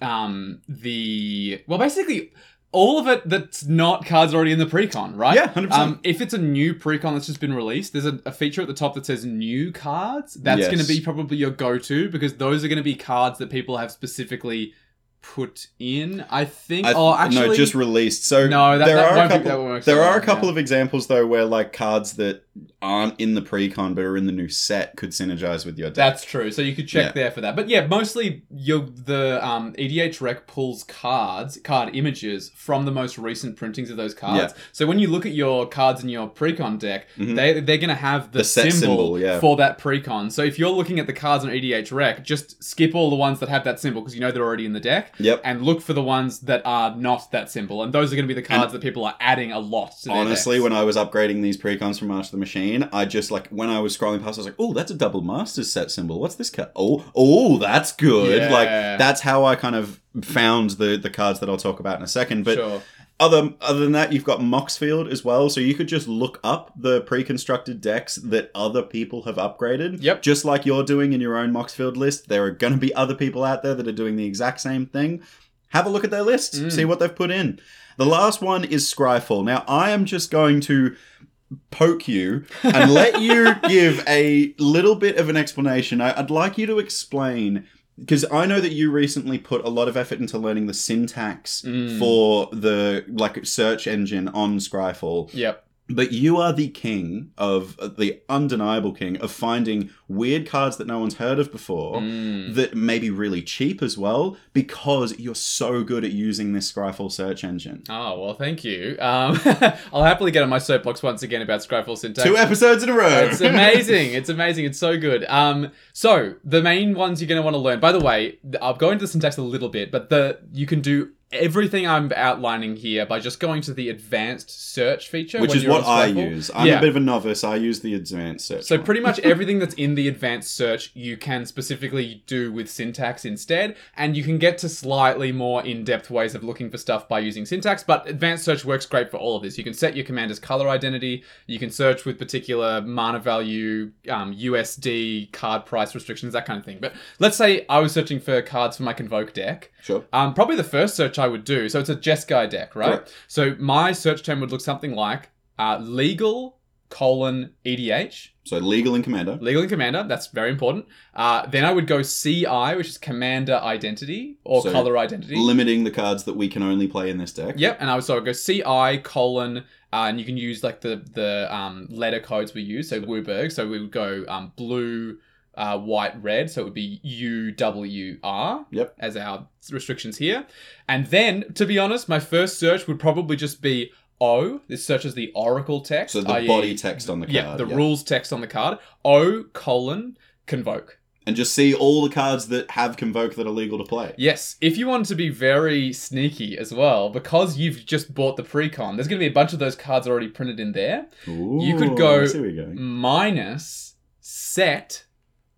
um, the well, basically all of it that's not cards already in the precon, right?
Yeah, 100%.
Um, if it's a new precon that's just been released, there's a, a feature at the top that says new cards. That's
Yes.
going to be probably your go-to because those are going to be cards that people have specifically put in. I think.
I-
oh, actually,
no, just released. So
No, that-
there
that
are
won't
a
be-
couple.
that won't work so
there are a
well,
couple
yeah.
of examples though where like cards that aren't in the pre-con but are in the new set could synergize with your deck.
That's true. So you could check
Yeah.
there for that. But yeah, mostly your the um, EDH rec pulls cards, card images from the most recent printings of those cards. So when you look at your cards in your precon deck,
Mhm.
they they're gonna have the,
The set symbol, yeah.
for that precon. So if you're looking at the cards on EDH rec, just skip all the ones that have that symbol because you know they're already in the deck.
Yep.
And look for the ones that are not that symbol, and those are going to be the cards that people are adding a lot. to their
Honestly,
decks.
when I was upgrading these precons from March of the Machine, I just like when I was scrolling past, I was like, "Oh, that's a double Masters set symbol. What's this card? Oh, oh, that's good." Like
Yeah.
that's how I kind of found the the cards that I'll talk about in a second. But
sure.
other other than that, you've got Moxfield as well, so you could just look up the pre-constructed decks that other people have upgraded.
Yep.
Just like you're doing in your own Moxfield list, there are going to be other people out there that are doing the exact same thing. Have a look at their lists,
Mm.
see what they've put in. The last one is Scryfall. Now, I am just going to poke you and let you give a little bit of an explanation. I, I'd like you to explain because I know that you recently put a lot of effort into learning the syntax
Mm.
for the like search engine on Scryfall.
Yep.
But you are the king of uh, the undeniable king of finding weird cards that no one's heard of before
Hmm. Mm.
that may be really cheap as well because you're so good at using this Scryfall search engine.
Oh, well, thank you. Um, I'll happily get on my soapbox once again about Scryfall syntax.
Two episodes in a row.
It's amazing. It's amazing. It's so good. Um, so the main ones you're going to want to learn. By the way, th- I'll go into the syntax a little bit, but the you can do everything I'm outlining here by just going to the advanced search feature,
Which
when
is
you're on
what I
Scryfall.
use. I'm
yeah.
a bit of a novice. I use the advanced search.
So
one.
pretty much everything that's in the advanced search, you can specifically do with syntax instead, and you can get to slightly more in-depth ways of looking for stuff by using syntax. But advanced search works great for all of this. You can set your commander's color identity. You can search with particular mana value, um, USD, card price restrictions, that kind of thing. But let's say I was searching for cards for my Convoke deck.
sure.
Um, probably the first search I would do. So it's a Jeskai deck, right?
Correct.
So my search term would look something like uh, legal colon E EDH.
So legal and commander.
Legal and Commander, that's very important. Uh, then I would go CI, which is Commander Identity or
So,
Color Identity.
Limiting the cards that we can only play in this deck.
yep, and I would so I would go CI colon, uh, and you can use like the the um, letter codes we use. So Wooberg, so we would go um, blue, uh, white, red. So it would be U W R.
Yep.
As our restrictions here, and then to be honest, my first search would probably just be O. This searches the Oracle text.
So the
i.e.
body text on the card.
Yeah, the rules text on the card. O colon convoke.
And just see all the cards that have Convoke that are legal to play.
Yes, if you want to be very sneaky as well, because you've just bought the pre-con, there's going to be a bunch of those cards already printed in there. You could
Ooh,
go- Mm,
I see where you're going.
Minus set,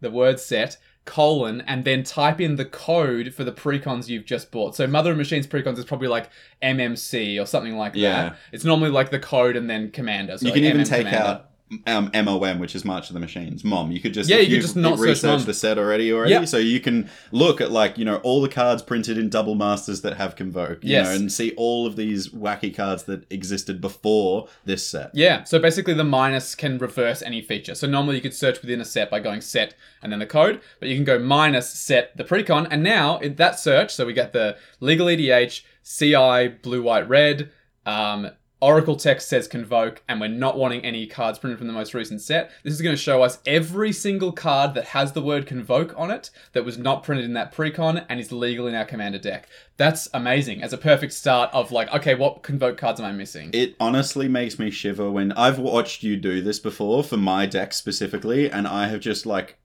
the word set, colon, and then type in the code for the pre-cons you've just bought. So Mother of Machines pre-cons is probably like MMC or something like
Yeah.
that. It's normally like the code and then commander. So
you can
like
even
MM
take
commander.
out um, MOM, which is March of the Machines. Mom, you could just
Yeah,
if
you could
you've
just not search
researched
Mom.
the set already already,
Yeah.
so you can look at like you know all the cards printed in Double Masters that have Convoke, you
Yes.
know, and see all of these wacky cards that existed before this set.
Yeah, so basically the minus can reverse any feature. So normally you could search within a set by going set and then the code, but you can go minus set the precon, and now in that search, so we get the legal E EDH, CI, blue, white, red, um, Oracle text says convoke, and we're not wanting any cards printed from the most recent set. This is going to show us every single card that has the word convoke on it that was not printed in that precon and is legal in our commander deck. That's amazing as a perfect start of like, okay, what convoke cards am I missing?
It honestly makes me shiver when I've watched you do this before for my deck specifically, and I have just like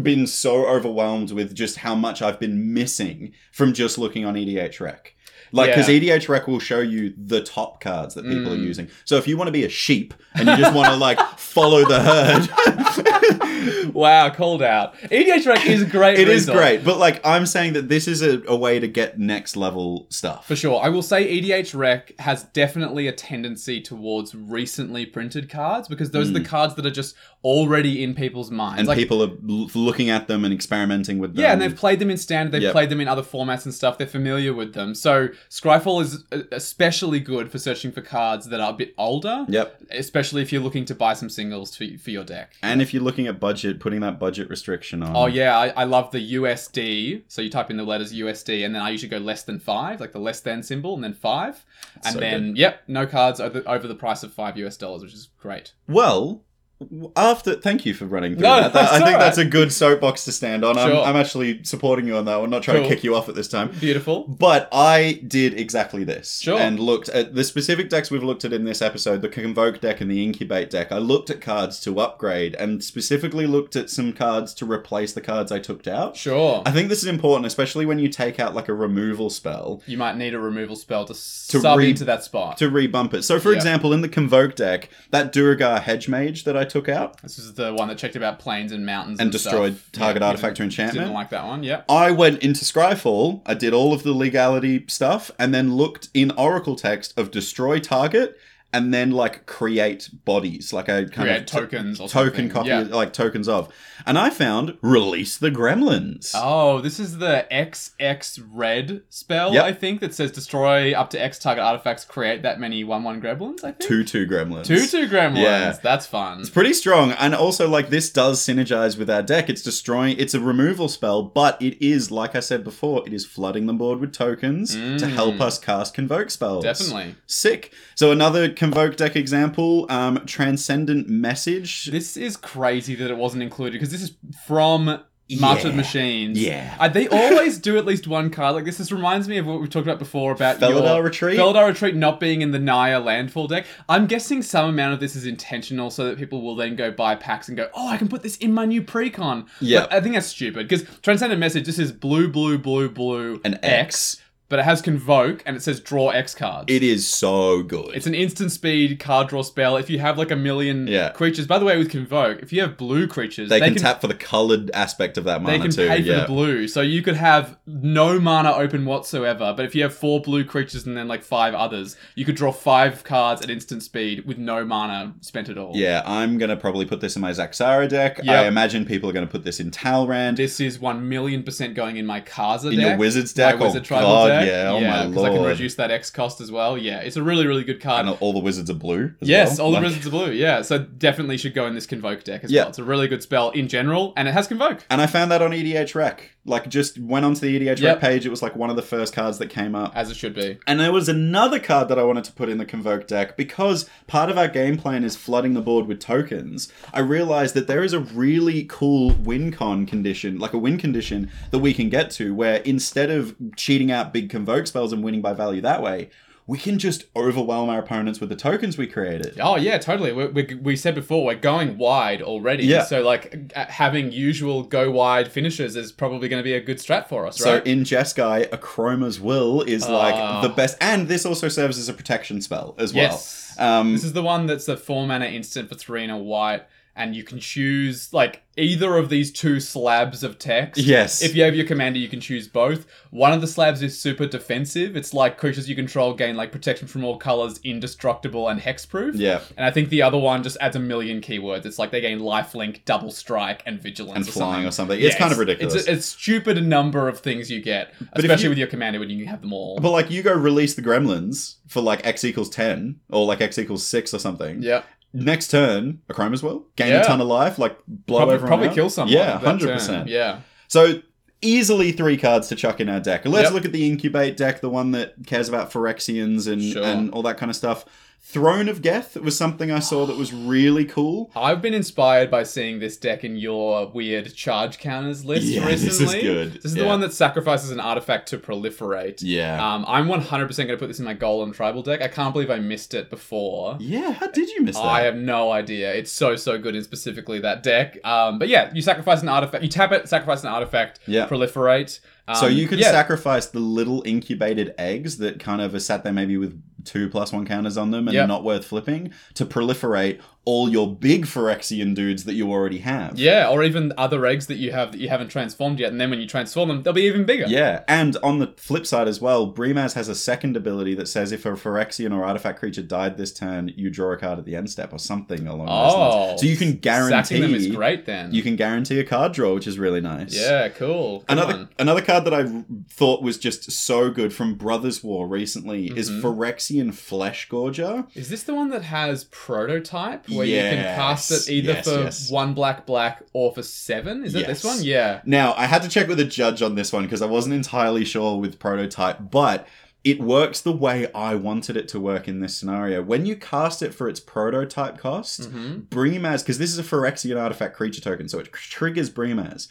been so overwhelmed with just how much I've been missing from just looking on EDH Rec. Like, because
Yeah.
EDH Rec will show you the top cards that people are
Mm.
using. So if you want to be a sheep and you just want to like follow the herd,
Wow, called out. E EDH rank is a great.
it is
result,
great. But like, I'm saying that this is a, a way to get next level stuff.
For sure. I will say EDH Rec has definitely a tendency towards recently printed cards because those are the cards that are just already in people's minds.
Hmm. And
like,
people are l- looking at them and experimenting with them.
yeah, and they've played them in standard, they've
Yep.
played them in other formats and stuff, they're familiar with them. So Scryfall is uh, especially good for searching for cards that are a bit older,
Yep.
especially if you're looking to buy some singles for, for your deck.
And if you're looking at budget, putting that budget restriction on.
Oh yeah, I, I love the USD. So you type in the letters USD, and then I usually go less than five, like the less than symbol, and then five, and
So
then yep, no cards over, over the price of five US dollars, which is great.
Well, w- after thank you for running through
No,
that.
that's
I think
all
that's a good soapbox to stand on.
Sure.
I'm, I'm actually supporting you on that one. Not trying
Cool.
to kick you off at this time.
Beautiful.
But I did exactly this.
Sure.
And looked at the specific decks we've looked at in this episode the Convoke deck and the Incubate deck. I looked at cards to upgrade and specifically looked at some cards to replace the cards I took out.
Sure.
I think this is important, especially when you take out like a removal spell.
You might need a removal spell to, sub
re-
into that spot.
to rebump it. So, for
Yeah.
example, in the Convoke deck, that Duragar Hedgemage that I took out
this is the one that checked about planes and mountains and,
and destroyed
stuff.
target
Yeah,
artifact or
Didn't,
enchantment,
didn't like that one. Yep.
I went into Scryfall, I did all of the legality stuff, and then looked in Oracle text of destroy target and then like create bodies. Like I kind
Create
of t-
tokens or
token
something.
copy,
Yeah.
like tokens of. And I found release the gremlins.
Oh, this is the XX red spell,
Yep.
I think, that says destroy up to X target artifacts, create that many 1 1 gremlins, I think.
Two two gremlins.
Two two gremlins.
Yeah.
That's fun.
It's pretty strong, and also like this does synergize with our deck. It's destroying. It's a removal spell, but it is like I said before, it is flooding the board with tokens to
Mm.
help us cast convoke spells.
Definitely.
sick. So another convoke deck example, um, transcendent message.
This is crazy that it wasn't included because this is from March of
Yeah.
Machines.
Yeah.
Uh, they always do at least one card. Like this is reminds me of what we talked about before about
Felidar
your-
Retreat?
Felidar Retreat not being in the Naya landfall deck. I'm guessing some amount of this is intentional so that people will then go buy packs and go, oh, I can put this in my new precon.
Yeah.
But I think that's stupid because Transcendent Message. This is blue, blue, blue, blue,
An X.
but it has Convoke and it says draw X cards.
It is so good.
It's an instant speed card draw spell. If you have like a million
Yeah.
creatures, by the way, with Convoke, if you have blue creatures,
they, can, tap for the colored aspect of that
They
mana
can
too.
pay for
yeah.
the blue, so you could have no mana open whatsoever. But if you have four blue creatures and then like five others, you could draw five cards at instant speed with no mana spent at all.
Yeah, I'm gonna probably put this in my Zaxara deck.
Yep.
I imagine people are gonna put this in Talrand.
this is one million percent going in my Kaza
in
deck.
your wizard's
my
deck, oh
wizard tribal
god,
deck.
yeah, oh my
'cause I can
lord.
reduce that X cost as well. Yeah, it's a really really good card.
and all the wizards are blue. as
Yes,
well.
all the
Like-
wizards are blue. Yeah, so definitely should go in this convoke deck as
Yeah.
well. It's a really good spell in general, and it has convoke.
And I found that on EDH Rec. Like, just went onto the EDH
Yep.
Rec page. It was like one of the first cards that came up.
As it should be.
And there was another card that I wanted to put in the Convoke deck because part of our game plan is flooding the board with tokens. I realized that there is a really cool win con condition, like a win condition that we can get to where instead of cheating out big Convoke spells and winning by value that way, we can just overwhelm our opponents with the tokens we created.
Oh yeah, totally. We, we, we said before we're going wide already.
Yeah.
So like uh, having usual go wide finishes is probably going to be a good strat for us,
So
right?
in Jeskai, a Chroma's Will is
Ah.
like the best, and this also serves as a protection spell as
yes.
well. Um,
this is the one that's the four mana instant for three and a white, and you can choose like either of these two slabs of text.
yes,
If you have your commander, you can choose both. One of the slabs is super defensive. It's like creatures you control gain like protection from all colors, indestructible, and hexproof.
yeah,
And I think the other one just adds a million keywords. It's like they gain lifelink, double strike, and vigilance.
and
or
flying or
something.
something.
Yeah,
it's kind of ridiculous.
It's a, it's stupid a number of things you get,
if
especially
you-
with your commander when you have them all.
But like you go release the gremlins for like x equals ten or like x equals six or something.
yeah.
Next turn, a chroma's will gain
Yeah.
a ton of life, like blow
Probably,
everyone.
probably
out.
kill someone.
Yeah,
that
hundred
turn.
percent.
Yeah.
So easily three cards to chuck in our deck. Let's
Yep.
look at the incubate deck, the one that cares about Phyrexians and
Sure.
and all that kind of stuff. Throne of Geth was something I saw that was really cool.
I've been inspired by seeing this deck in your weird charge counters list
Yeah,
recently.
this is good.
This is the
Yeah.
one that sacrifices an artifact to proliferate.
Yeah.
Um, I'm 100% going to put this in my Golem Tribal deck. I can't believe I missed it before.
yeah, how did you miss that?
I have no idea. It's so so good in specifically that deck. Um, but yeah, you sacrifice an artifact. You tap it, sacrifice an artifact,
Yeah.
proliferate. Um,
so you could
yeah,
sacrifice the little incubated eggs that kind of are sat there maybe with two plus one counters on them and
Yep.
not worth flipping to proliferate all your big Phyrexian dudes that you already have.
yeah, or even other eggs that you have that you haven't transformed yet, and then when you transform them, they'll be even bigger.
Yeah, and on the flip side as well, Bremaz has a second ability that says if a Phyrexian or artifact creature died this turn, you draw a card at the end step or something along those
Oh.
lines. So you can
Sacking them is
guarantee
great then.
you can guarantee a card draw, which is really nice.
Yeah, cool. Good
Another
one.
another card that I r- thought was just so good from Brothers War recently is
Mhm.
Phyrexian Flesh Gorger.
Is this the one that has prototype where you can
Yes,
cast it either
yes,
for
yes.
one black black or for seven? Is it this
Yes.
one? Yeah.
Now I had to check with a judge on this one because I wasn't entirely sure with prototype, but it works the way I wanted it to work in this scenario. When you cast it for its prototype cost,
Mhm.
Brimaz, because this is a Phyrexian artifact creature token, so it triggers Brimaz.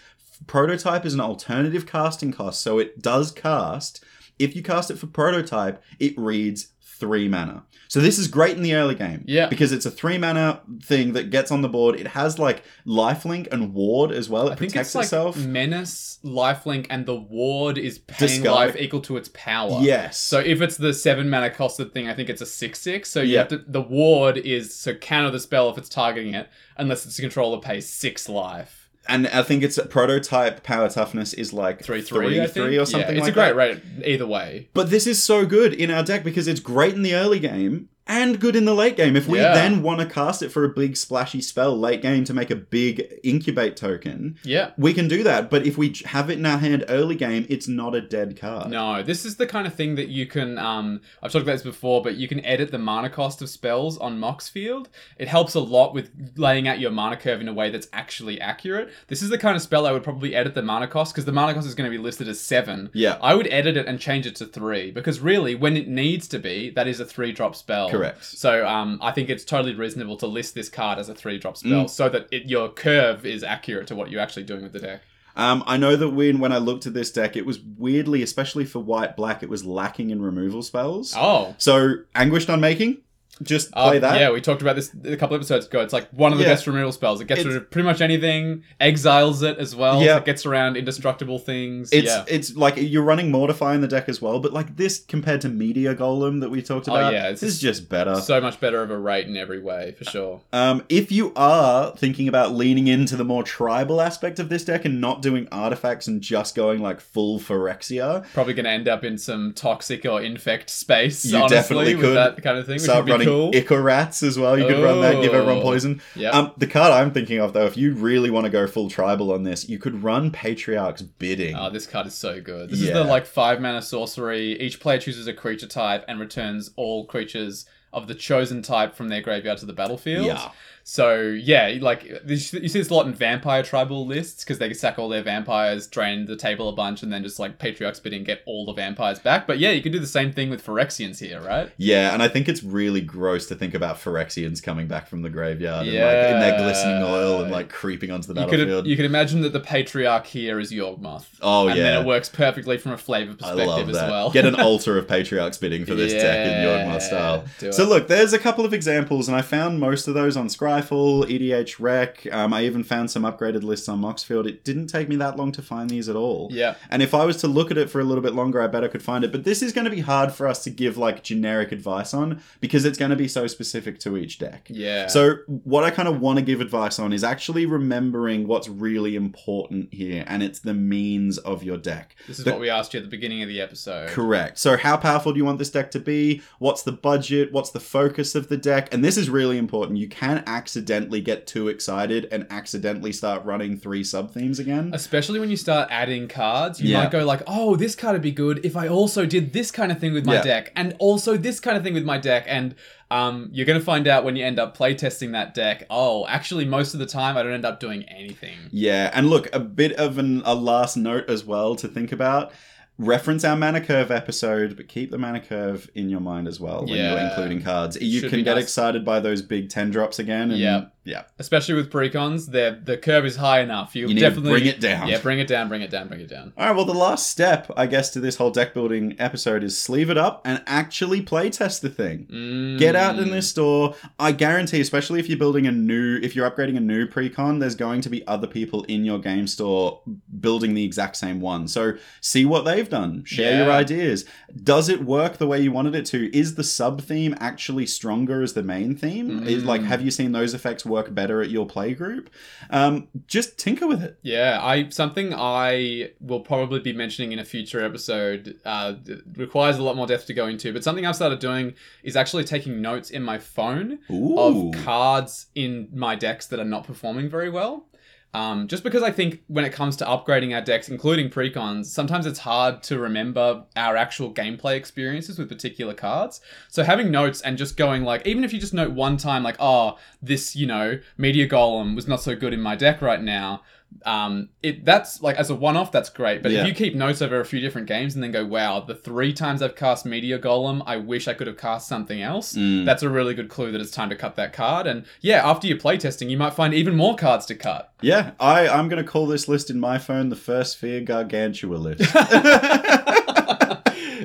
Prototype is an alternative casting cost, so it does cast. If you cast it for prototype, it reads three mana. So this is great in the early game.
Yeah.
Because it's a three mana thing that gets on the board. It has like lifelink and ward as well. It
I think
protects
it's like
itself.
menace, lifelink, and the ward is paying
Discard.
life equal to its power.
Yes.
So if it's the seven mana costed thing, I think it's a six six. So you
Yeah.
have to the ward is so counter the spell if it's targeting it, unless its controller pays six life.
and I think it's prototype power toughness is like
Three three, I think.
three or something
Yeah, it's
like
a great
that.
rate either way.
But this is so good in our deck because it's great in the early game and good in the late game. If we
Yeah.
then want to cast it for a big splashy spell late game to make a big incubate token,
Yeah.
we can do that. But if we j- have it in our hand early game, it's not a dead card.
No, this is the kind of thing that you can. Um, I've talked about this before, but you can edit the mana cost of spells on Moxfield. It helps a lot with laying out your mana curve in a way that's actually accurate. This is the kind of spell I would probably edit the mana cost because the mana cost is going to be listed as seven.
Yeah.
I would edit it and change it to three because really, when it needs to be, that is a three drop spell.
Correct.
So um, I think it's totally reasonable to list this card as a three drop spell so that it, your curve is accurate to what you're actually doing with the deck.
Um, I know that when when I looked at this deck, it was weirdly, especially for white black, it was lacking in removal spells.
Oh.
So anguished on making, just
Uh,
play that.
Yeah, we talked about this a couple episodes ago. It's like one of the
Yeah.
best removal spells. It gets
It's-
rid of pretty much anything, exiles it as well. so
Yeah.
it gets around indestructible things.
It's
yeah.
it's like you're running Mortify in the deck as well, but like this compared to Meteor Golem that we talked
Oh,
about,
yeah, it's
this is just better.
so much better of a rate in every way, for sure.
Um, if you are thinking about leaning into the more tribal aspect of this deck and not doing artifacts and just going like full Phyrexia,
Probably going to end up in some toxic or infect space,
You
honestly,
definitely
with
could.
that kind of thing, which
start
would be
running
cool.
Icarats as well. You could run that, give everyone
Oh.
poison.
Yeah.
Um, the card I'm thinking of though, if you really want to go full tribal on this, you could run Patriarch's Bidding.
Oh, this card is so good. This is
Yeah.
the like five mana sorcery. Each player chooses a creature type and returns all creatures of the chosen type from their graveyard to the battlefield.
Yeah.
So yeah, like this, you see this a lot in vampire tribal lists because they sack all their vampires, drain the table a bunch, and then just like patriarchs bid and get all the vampires back. But yeah, you can do the same thing with Phyrexians here, right?
Yeah, and I think it's really gross to think about Phyrexians coming back from the graveyard and like in their
Yeah.
glistening oil and like creeping onto the
You could
battlefield.
you could imagine that the patriarch here is Yawgmoth.
oh
and
yeah.
then it works perfectly from a flavor
I
perspective
love
as
that.
well.
Get an altar of patriarchs bidding for this deck in Yawgmoth style.
Yeah, do
So
it.
look, there's a couple of examples, and I found most of those on Scryfall, EDH Rec. Um, I even found some upgraded lists on Moxfield. It didn't take me that long to find these at all.
yeah.
And if I was to look at it for a little bit longer, I bet I could find it. But this is going to be hard for us to give like generic advice on because it's going to be so specific to each deck.
Yeah.
So, what I kind of want to give advice on is actually remembering what's really important here, and it's the means of your deck.
this is
the-
what we asked you at the beginning of the episode.
Correct. So, how powerful do you want this deck to be? What's the budget? What's the focus of the deck? And this is really important. You can accidentally get too excited and accidentally start running three sub themes again.
Especially when you start adding cards, you
Yeah.
might go like, "Oh, this card would be good if I also did this kind of thing with my
Yeah.
deck, and also this kind of thing with my deck." And um, you're gonna find out when you end up playtesting that deck. Oh, actually, most of the time, I don't end up doing anything.
Yeah, and look, a bit of an, a last note as well to think about. Reference our mana curve episode, but keep the mana curve in your mind as well when you're
Yeah.
including cards. You
Should
can
be
get
nice.
excited by those big ten drops again. And
Yeah.
yeah,
Especially with precons, the the curve is high enough. You,
you need
definitely
to bring it down.
Yeah, bring it down, bring it down, bring it down.
All right, well, the last step, I guess, to this whole deck building episode is sleeve it up and actually play test the thing. Get out in
Mm.
the store. I guarantee, especially if you're building a new, if you're upgrading a new precon, there's going to be other people in your game store building the exact same one. So see what they've done. Share your
Yeah.
ideas. Does it work the way you wanted it to? Is the sub theme actually stronger as the main theme? Is, like,
Mm.
have you seen those effects work better at your playgroup? Um, just tinker with it.
Yeah, I something I will probably be mentioning in a future episode uh, d- requires a lot more depth to go into. But something I've started doing is actually taking notes in my phone
Ooh.
of cards in my decks that are not performing very well. Um, just because I think when it comes to upgrading our decks, including precons, sometimes it's hard to remember our actual gameplay experiences with particular cards. So having notes and just going like, even if you just note one time, like, oh, this, you know, Meteor Golem was not so good in my deck right now. Um, it that's like as a one-off, that's great. But
Yeah.
if you keep notes over a few different games and then go, wow, the three times I've cast Meteor Golem, I wish I could have cast something else
Mm.
that's a really good clue that it's time to cut that card. And yeah, after your playtesting, you might find even more cards to cut.
Yeah, I, I'm going to call this list in my phone the first Fear Gargantua list.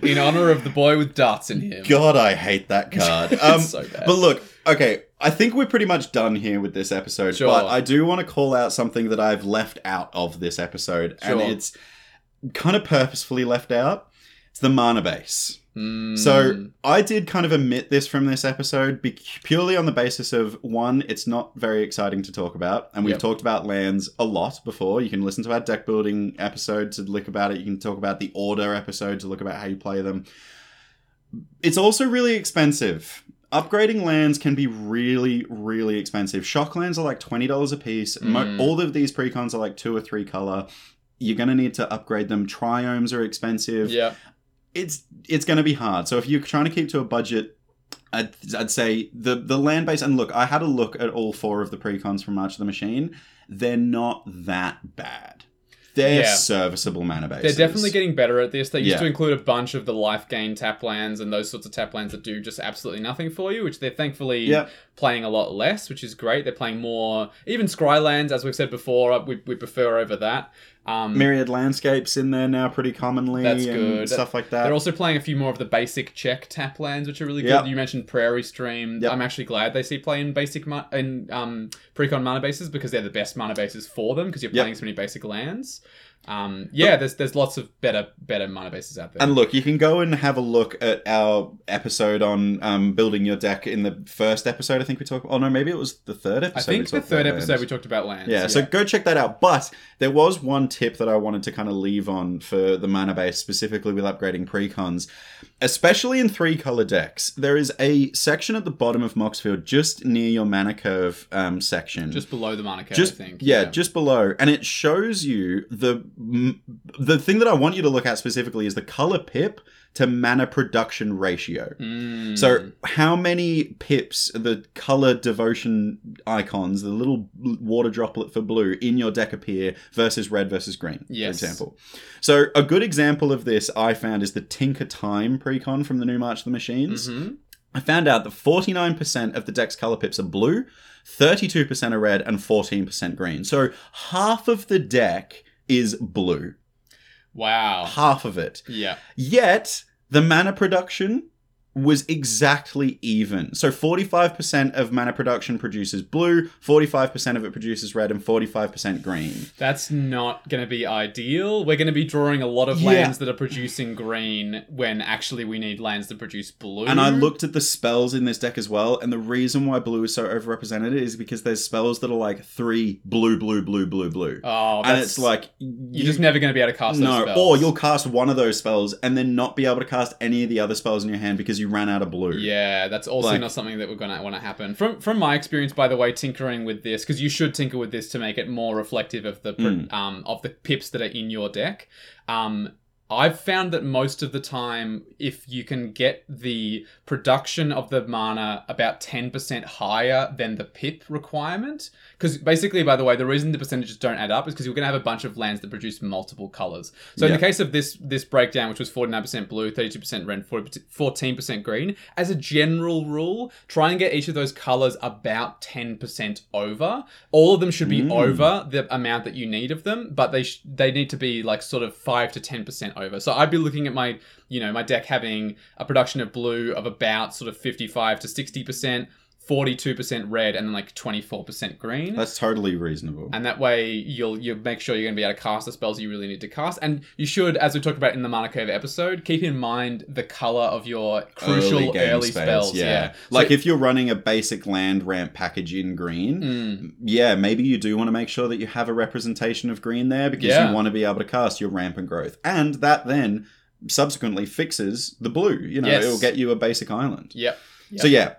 in honor of the boy with darts in him.
God, I hate that card.
It's
Um,
so bad.
But look, okay, I think we're pretty much done here with this episode,
Sure.
but I do want to call out something that I've left out of this episode, and
Sure.
it's kind of purposefully left out. It's the mana base.
Mm,
So I did kind of omit this from this episode be- purely on the basis of one, it's not very exciting to talk about, and we've
Yep.
talked about lands a lot before. You can listen to our deck building episode to look about it. You can talk about the order episode to look about how you play them. It's also really expensive. Upgrading lands can be really, really expensive. Shock lands are like twenty dollars a piece. Mo-
Mm.
All of these precons are like two or three color. You're gonna need to upgrade them. Triomes are expensive
yeah,
it's it's going to be hard. So if you're trying to keep to a budget, I'd, I'd say the the land base. And look, I had a look at all four of the precons from March of the Machine. They're not that bad. They're
Yeah.
serviceable mana
They're
bases.
definitely getting better at this. They used
Yeah.
to include a bunch of the life gain tap lands and those sorts of tap lands that do just absolutely nothing for you, which they're thankfully
Yep.
playing a lot less, which is great. They're playing more, even scry lands, as we've said before, uh, we, we prefer over that. Um,
myriad landscapes in there now pretty commonly
That's
and
good.
stuff like that.
They're also playing a few more of the basic Czech tap lands, which are really
Uh, Yep.
good. You mentioned Prairie Stream.
Yep.
I'm actually glad they see play in basic ma- in um, precon mana bases because they're the best mana bases for them because you're
Yep.
playing so many basic lands. Um, yeah, there's there's lots of better better mana bases out there.
And look, you can go and have a look at our episode on um, building your deck in the first episode. I think we talked. Oh no, maybe it was the third episode.
I
we
think the
talked
third
about
episode
lands.
we talked about lands.
yeah, so go check that out. But there was one tip that I wanted to kind of leave on for the mana base, specifically with upgrading precons, especially in three color decks. There is a section at the bottom of Moxfield, just near your mana curve um, section.
just below the mana curve, I think.
Yeah, just below, and it shows you the m- the thing that I want you to look at specifically is the color pip to mana production ratio.
Mm.
So, how many pips the color devotion icons, the little water droplet for blue in your deck appear versus red versus green,
Yes.
for example? So, a good example of this I found is the Tinker Time precon from the new March of the Machines.
Mhm.
I found out that 49% of the deck's color pips are blue, 32% are red, and 14% green. So half of the deck is blue.
wow.
Half of it.
Yeah.
Yet, the mana production was exactly even. So 45% of mana production produces blue, 45% of it produces red, and 45% green.
That's not going to be ideal. We're going to be drawing a lot of
Yeah.
lands that are producing green when actually we need lands that produce blue.
And I looked at the spells in this deck as well, and the reason why blue is so overrepresented is because there's spells that are like three blue, blue, blue, blue, blue.
Oh,
and
that's-
it's like
you're just never going to be able to cast those
no,
spells.
or you'll cast one of those spells and then not be able to cast any of the other spells in your hand because you ran out of blue.
Yeah, that's also
Like-
not something that we're gonna want to happen. From from my experience, by the way, tinkering with this because you should tinker with this to make it more reflective of the pr-
Mm.
um of the pips that are in your deck. Um, I've found that most of the time, if you can get the production of the mana about ten percent higher than the pip requirement, because basically, by the way, the reason the percentages don't add up is because you're going to have a bunch of lands that produce multiple colors. So in
Yeah.
the case of this this breakdown, which was 49% blue, 32% red, 40 14% green, as a general rule, try and get each of those colors about 10% over. All of them should be
Mm.
over the amount that you need of them, but they sh- they need to be like sort of 5 to 10% over. So I'd be looking at my, you know, my deck having a production of blue of about sort of 55 to 60%, 42% red and then like 24% green.
That's totally reasonable.
And that way, you'll you will make sure you're going to be able to cast the spells you really need to cast. And you should, as we talked about in the Mana Curve episode, keep in mind the color of your crucial early,
space,
spells. Yeah.
Like
So-
if you're running a basic land ramp package in green,
Mm,
yeah, maybe you do want to make sure that you have a representation of green there because
Yeah.
you want to be able to cast your ramp and growth. And that then subsequently fixes the blue. You know,
Yes.
it'll get you a basic island.
yep.
So yeah,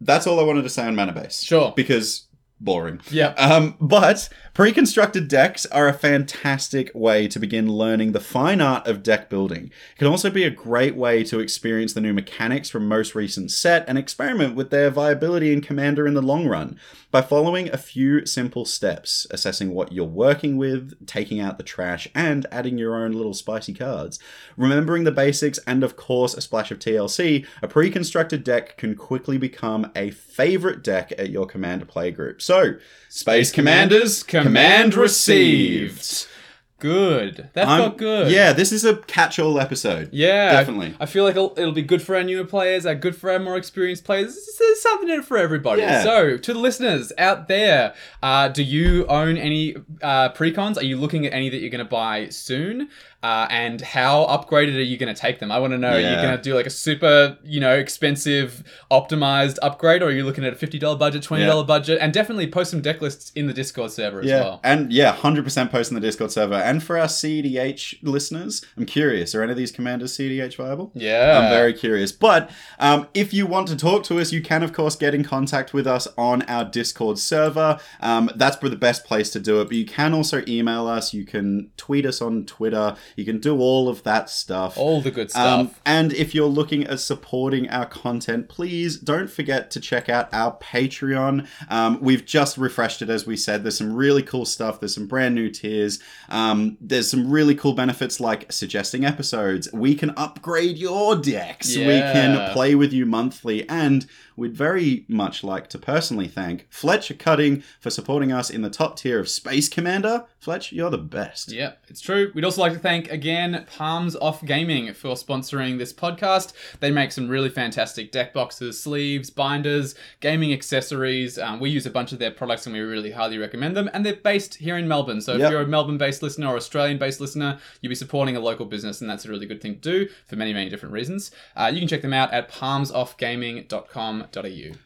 that's all I wanted to say on mana base.
Sure.
Because boring.
Yep.
Um, but pre-constructed decks are a fantastic way to begin learning the fine art of deck building. It can also be a great way to experience the new mechanics from most recent set and experiment with their viability and commander in the long run by following a few simple steps, assessing what you're working with, taking out the trash, and adding your own little spicy cards. Remembering the basics and, of course, a splash of TLC, a pre constructed deck can quickly become a favorite deck at your commander playgroup. So, Space Commanders, command received.
Good. That
I'm-
felt good.
Yeah, this is a catch all episode.
Yeah.
Definitely.
I feel like it'll, it'll be good for our newer players, our good for our more experienced players. There's- There's something in it for everybody.
Yeah.
So, to the listeners out there, uh, do you own any uh, precons? Are you looking at any that you're going to buy soon? Uh, and how upgraded are you going to take them? I want to know. Are you
Yeah.
going to do like a super, you know, expensive, optimized upgrade, or are you looking at a fifty dollar budget, twenty dollar budget? And definitely post some deck lists in the Discord server as
Yeah,
well.
and yeah, 100% post in the Discord server. And for our CDH listeners, I'm curious, are any of these commanders CDH viable?
Yeah,
I'm very curious. But um, if you want to talk to us, you can, of course, get in contact with us on our Discord server. Um, that's the best place to do it. But you can also email us, you can tweet us on Twitter, you can do all of that stuff.
all the good stuff.
Um, and if you're looking at supporting our content, please don't forget to check out our Patreon. Um, we've just refreshed it, as we said. There's some really cool stuff. There's some brand new tiers. Um, Um, there's some really cool benefits like suggesting episodes. We can upgrade your decks. We
Yeah.
can play with you monthly. And we'd very much like to personally thank Fletcher Cutting for supporting us in the top tier of Space Commander. Fletch, you're the best.
Yeah, it's true. We'd also like to thank again Palms Off Gaming for sponsoring this podcast. They make some really fantastic deck boxes, sleeves, binders, gaming accessories. Um, we use a bunch of their products and we really highly recommend them. And they're based here in Melbourne. So if
Yep.
you're a Melbourne based listener or Australian based listener, you'll be supporting a local business. And that's a really good thing to do for many, many different reasons. Uh, you can check them out at palmsoffgaming.com.au.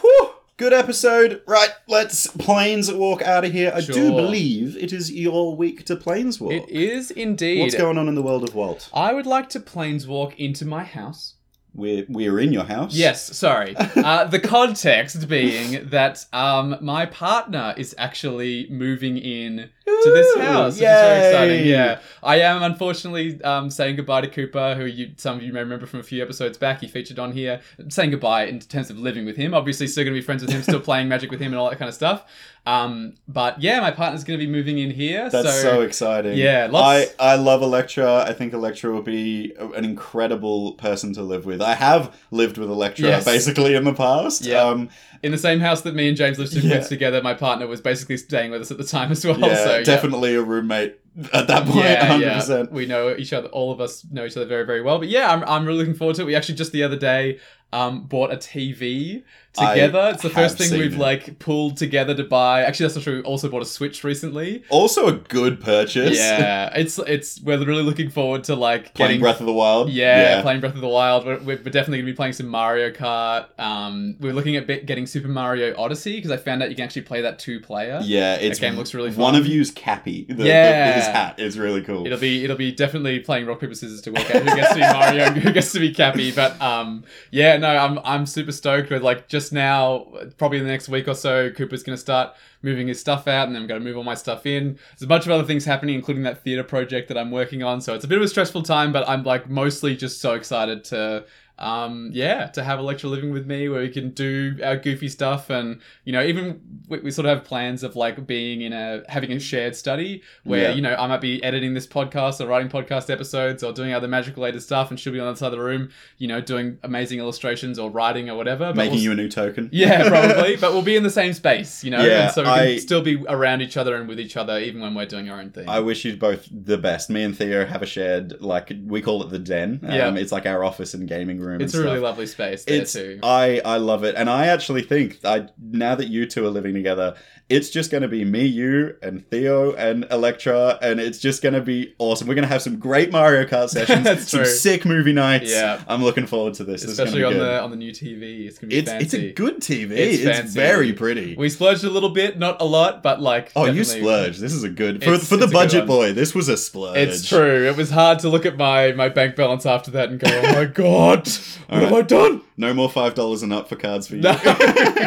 Whew, good episode. Right, let's planes walk out of here. I do
Sure.
believe it is your week to planes walk.
It is indeed.
What's going on in the world of Walt?
I would like to planeswalk into my house.
We're we're in your house.
Yes, sorry. Uh, the context being that um, my partner is actually moving in to this
Ooh,
house. Which is very exciting.
yay.
Yeah, I am unfortunately um, saying goodbye to Cooper, who you, some of you may remember from a few episodes back. He featured on here, saying goodbye in terms of living with him. Obviously, still going to be friends with him, still playing Magic with him, and all that kind of stuff. Um, but yeah, my partner's going to be moving in here.
That's so,
so,
exciting.
Yeah, lots-
I, I love Electra. I think Electra will be an incredible person to live with. I have lived with Electra
Yes.
basically in the past.
Yeah.
Um,
in the same house that me and James lived in
Yeah.
together, my partner was basically staying with us at the time as well.
yeah,
so, yeah.
definitely a roommate at that point,
yeah,
100%.
yeah. We know each other. All of us know each other very, very well. But yeah, I'm, I'm really looking forward to it. We actually just the other day um, bought a TV
I
together. it's the first
have
thing
seen
we've
it.
like pulled together to buy. Actually, that's not true. We also bought a Switch recently.
Also a good purchase.
Yeah, it's it's we're really looking forward to like
Playing
getting.
Breath of the Wild.
yeah, playing Breath of the Wild. We're, we're definitely gonna be playing some Mario Kart. Um, we're looking at bit- getting Super Mario Odyssey because I found out you can actually play that two player.
Yeah, it's
game looks really
One
fun.
of you's Cappy. The- the-
Yeah.
his hat is really cool.
It'll be it'll be definitely playing rock paper scissors to work out who gets to be Mario and who gets to be Cappy. But um, yeah, no, I'm I'm super stoked. With like just now, probably in the next week or so, Cooper's gonna start moving his stuff out, and then I'm gonna move all my stuff in. There's a bunch of other things happening, including that theater project that I'm working on. So it's a bit of a stressful time, but I'm like mostly just so excited to. Um, yeah, to have a lecture living with me where we can do our goofy stuff and, you know, even we, we sort of have plans of like being in a, having a shared study where,
Yeah.
you know, I might be editing this podcast or writing podcast episodes or doing other magic related stuff and she'll be on the other side of the room, you know, doing amazing illustrations or writing or whatever. but
Making
we'll-
you a new token.
yeah, probably, but we'll be in the same space, you know,
Yeah,
and so we can
I-
still be around each other and with each other, even when we're doing our own thing.
I wish you both the best. Me and Theo have a shared like we call it the den. Um,
Yeah.
it's like our office and gaming room.
it's a
and
really
stuff.
lovely space there
It's
too.
I I love it, and I actually think I now that you two are living together, it's just going to be me, you, and Theo and Electra, and it's just going to be awesome. We're going to have some great Mario Kart sessions,
That's
some
true.
sick movie nights.
Yeah.
I'm looking forward to this. This is gonna
Especially
be
on
good.
the on the new TV, it's gonna be
It's
fancy.
it's a good TV.
It's
It's,
fancy.
very pretty.
We splurged a little bit, not a lot, but like.
oh, you
definitely-
splurged. This is a good for,
It's-
for the
it's a good
budget
one.
boy. This was a splurge.
It's true. It was hard to look at my my bank balance after that and go, "Oh my god, what
All
have I
right.
done?"
No more five dollars and up for cards for you.
No.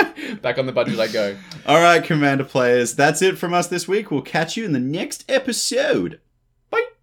Back on the budget I go.
All right, Commander players, that's it from us this week. We'll catch you in the next episode.